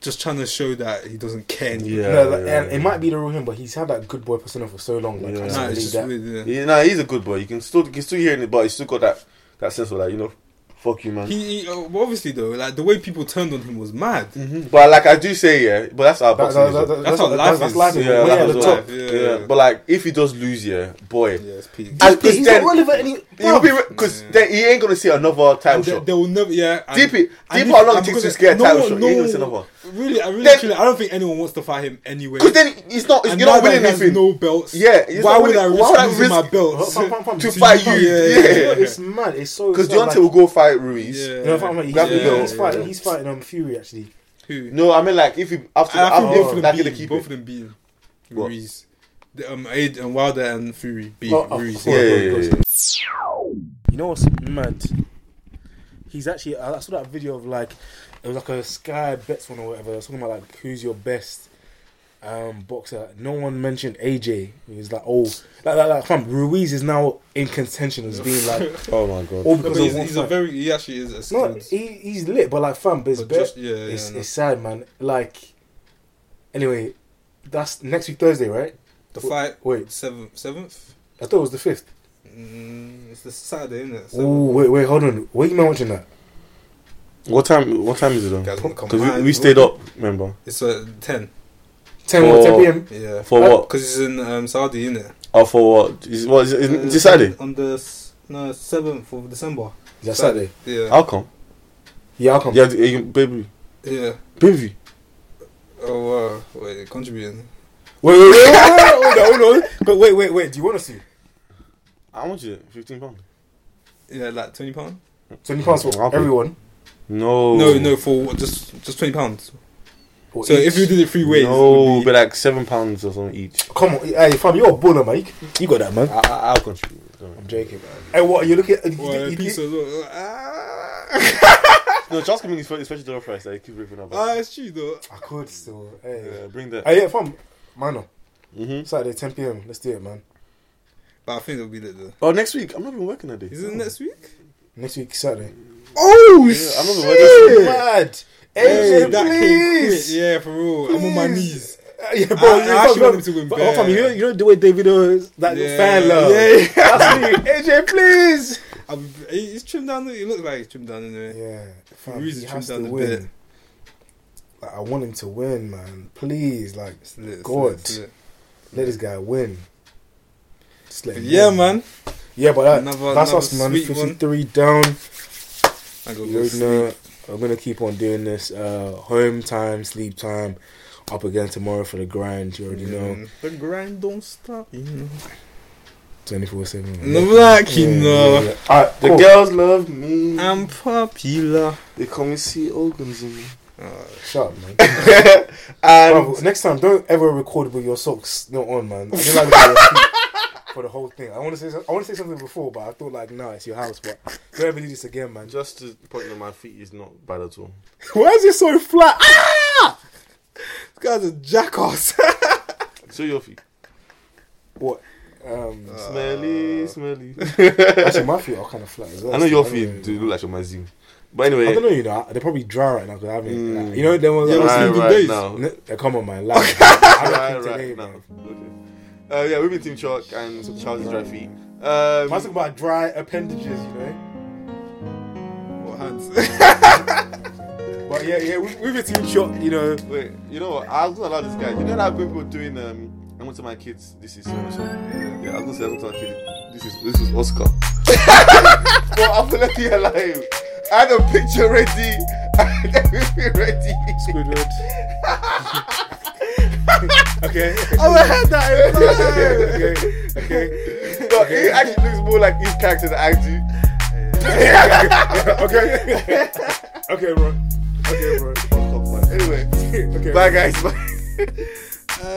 just trying to show that he doesn't care. anymore. Yeah, no, like, yeah, and yeah. it might be the real him, but he's had that good boy persona for so long. Like, Yeah. I just Nah, don't it's just believe that. weird. Yeah. Yeah, nah, he's a good boy. You can still, you can still hear it, but he's still got that, that sense of like, you know, fuck you, man. He, he uh, well, obviously though, like the way people turned on him was mad. Mhm. But like I do say, yeah, but that's our That- boxing. that- is, that- yeah. that- That's That's how what- life that's- that's is. life is. Yeah, Way that at was the life. top. Yeah, Yeah, but like if he does lose, yeah, boy, yeah, it's peak. And He's because not then, relevant any. he'll be because Yeah. then he ain't gonna see another And title they, shot. they will never, yeah. and- Deep it, and deep if- how long it and takes to because- get a title no, shot. You no. ain't gonna see another. Really, I really, Then- feel like I don't think anyone wants to fight him anyway. Because then it's not, it's, And you're not now that winning he has anything. No belts. Yeah, he's Why not would winning- I why risk would I losing risk- my belts? Fam, fam, fam, to see, fight you, yeah. fam, you know, it's mad. It's so Because it's not Deontay like- will go fight Ruiz. Yeah. You know, fam, like, he's, Grab the yeah, belt. he's fighting. He's fighting um, Fury actually. Who? No, I mean like if he after I, I think after both of oh, them that beat gonna him. keep both of it. them beat him. What? Ruiz, the, um, Aid and Wilder and Fury beat Oh, oh, Ruiz. oh, Yeah, oh, yeah, yeah, oh, yeah. You know what's mad? He's actually. I I saw that video of like it was like a Sky Bets one or whatever. It was talking about like who's your best um, boxer. No one mentioned AJ. He was like, oh, like, like, like fam, Ruiz is now in contention as being like Oh my god. all No, because but he's, of one he's a fight. very he actually is a skilled. No, he, he's lit, but like fam, but it's but bare- just, yeah, yeah, it's, no. it's sad, man. Like, anyway, that's next week Thursday, right? the fight Wait, seventh seventh. I thought it was the fifth. Mm, it's the Saturday, isn't it? Oh, wait, wait, hold on. Where you man watching that? What time? What time is it on? Guys, wanna come Because on, we, we stayed up, remember? It's uh, ten. Ten what? Ten Oh. p.m. Yeah. For what? Because it's in um, Saudi, isn't it? Oh, for what? Is, what is, is, Uh, is it Saturday? On the s- no seventh of December. Oh, Is that Saturday? Yeah. I'll come. Yeah, uh, I'll come. Yeah, you- baby, Yeah. baby. Oh wow. Wait, contributing. Wait, wait, wait, wait, wait, wait, hold on, hold on. But wait, wait, wait. Do you want us to? How much is it? Fifteen pounds. Yeah, like twenty pound. Twenty pounds for I'll be- everyone. No. No, no, for just just twenty pounds. Or So each? if you did it three ways, it No, would be- but like seven pounds or something each. come on, hey, fam, you're a baller, man. You, you got that, man. I, I, I'll contribute. Don't worry. I'm joking, man. Hey, what? You're looking. you- Well, you- pizza you- as well. Ah, No, just give me his special dollar price. Like, keep ripping up. ah, it's true though. I could still. Hey, yeah, bring that. hey, yeah, fam, man. hmm Saturday, 10 p.m. Let's do it, man. But I think it'll be lit though. Oh, next week. I'm not even working that day. Is it next week? Next week, Yeah, Saturday. I'm not even working. That day. Mad. Hey, AJ, that kid please. quit. Yeah, for real. I'm on my Please. knees. Uh, Yeah, bro. I- I you know, actually fam, want him to win But, oh, fam, bad. you know, you know the way Davido is that Yeah. fan love. Yeah, yeah. That's me. AJ, please. I'll be, he- he's trimmed down. He looked like he's trimmed down anyway. Yeah, fam, Ruiz he has has to trimmed down a win. bit. Like, I want him to win, man. Please, like, It's lit, it's God. lit, it's lit. let this guy win. Just let But him yeah, win. man. Yeah, but that, Another- that's another us, man. sweet one. 53 down. I go You go already sleep. know, I'm gonna keep on doing this. Uh, home time, sleep time, up again tomorrow for the grind. You already know, Mm. The grind don't stop. You know. twenty four seven. No, like, you know. Alright, The cool. girls love me. I'm popular. they come and see organs in me. Shut up, man. And Bravo, next time, don't ever record with your socks not on, man. I don't like your feet for the whole thing. I want to say, some- I want to say something before, but I thought like, nah, it's your house, but don't ever do this again, man. just to point out, my feet is not bad at all. Why is it so flat? Ah! This guy's a jackass. So your feet. What? Um, Smelly, smelly. actually, my feet are kind of flat as well. I know your so feet don't do look like your magazine. But know. I don't anyway, know, you know, they're probably dry right now because I haven't. Mm. like, you know, they were Yeah, but like, right, sleeping right days. now. N- uh, come on, man. Like, I right, don't think today, right man. now. Okay. Uh, yeah, we've been Team Chalk and some Charles' dry feet. Um, Let's talk about dry appendages, you know. What hands? But yeah, yeah, we, we've a team shot, you know. Wait, you know what? I was gonna allow this guy. You know that people doing um. I went to my kids. This is so much. Yeah, I was gonna say I went to my kids. This is this is Oscar. but I'm gonna be alive. I had a picture ready. I had everything ready. Squidward. okay. Oh, I overhead that is. But he actually looks more like his character than I do. okay. okay, bro. Okay, bro. Anyway, Okay. bye guys. Bye. Uh,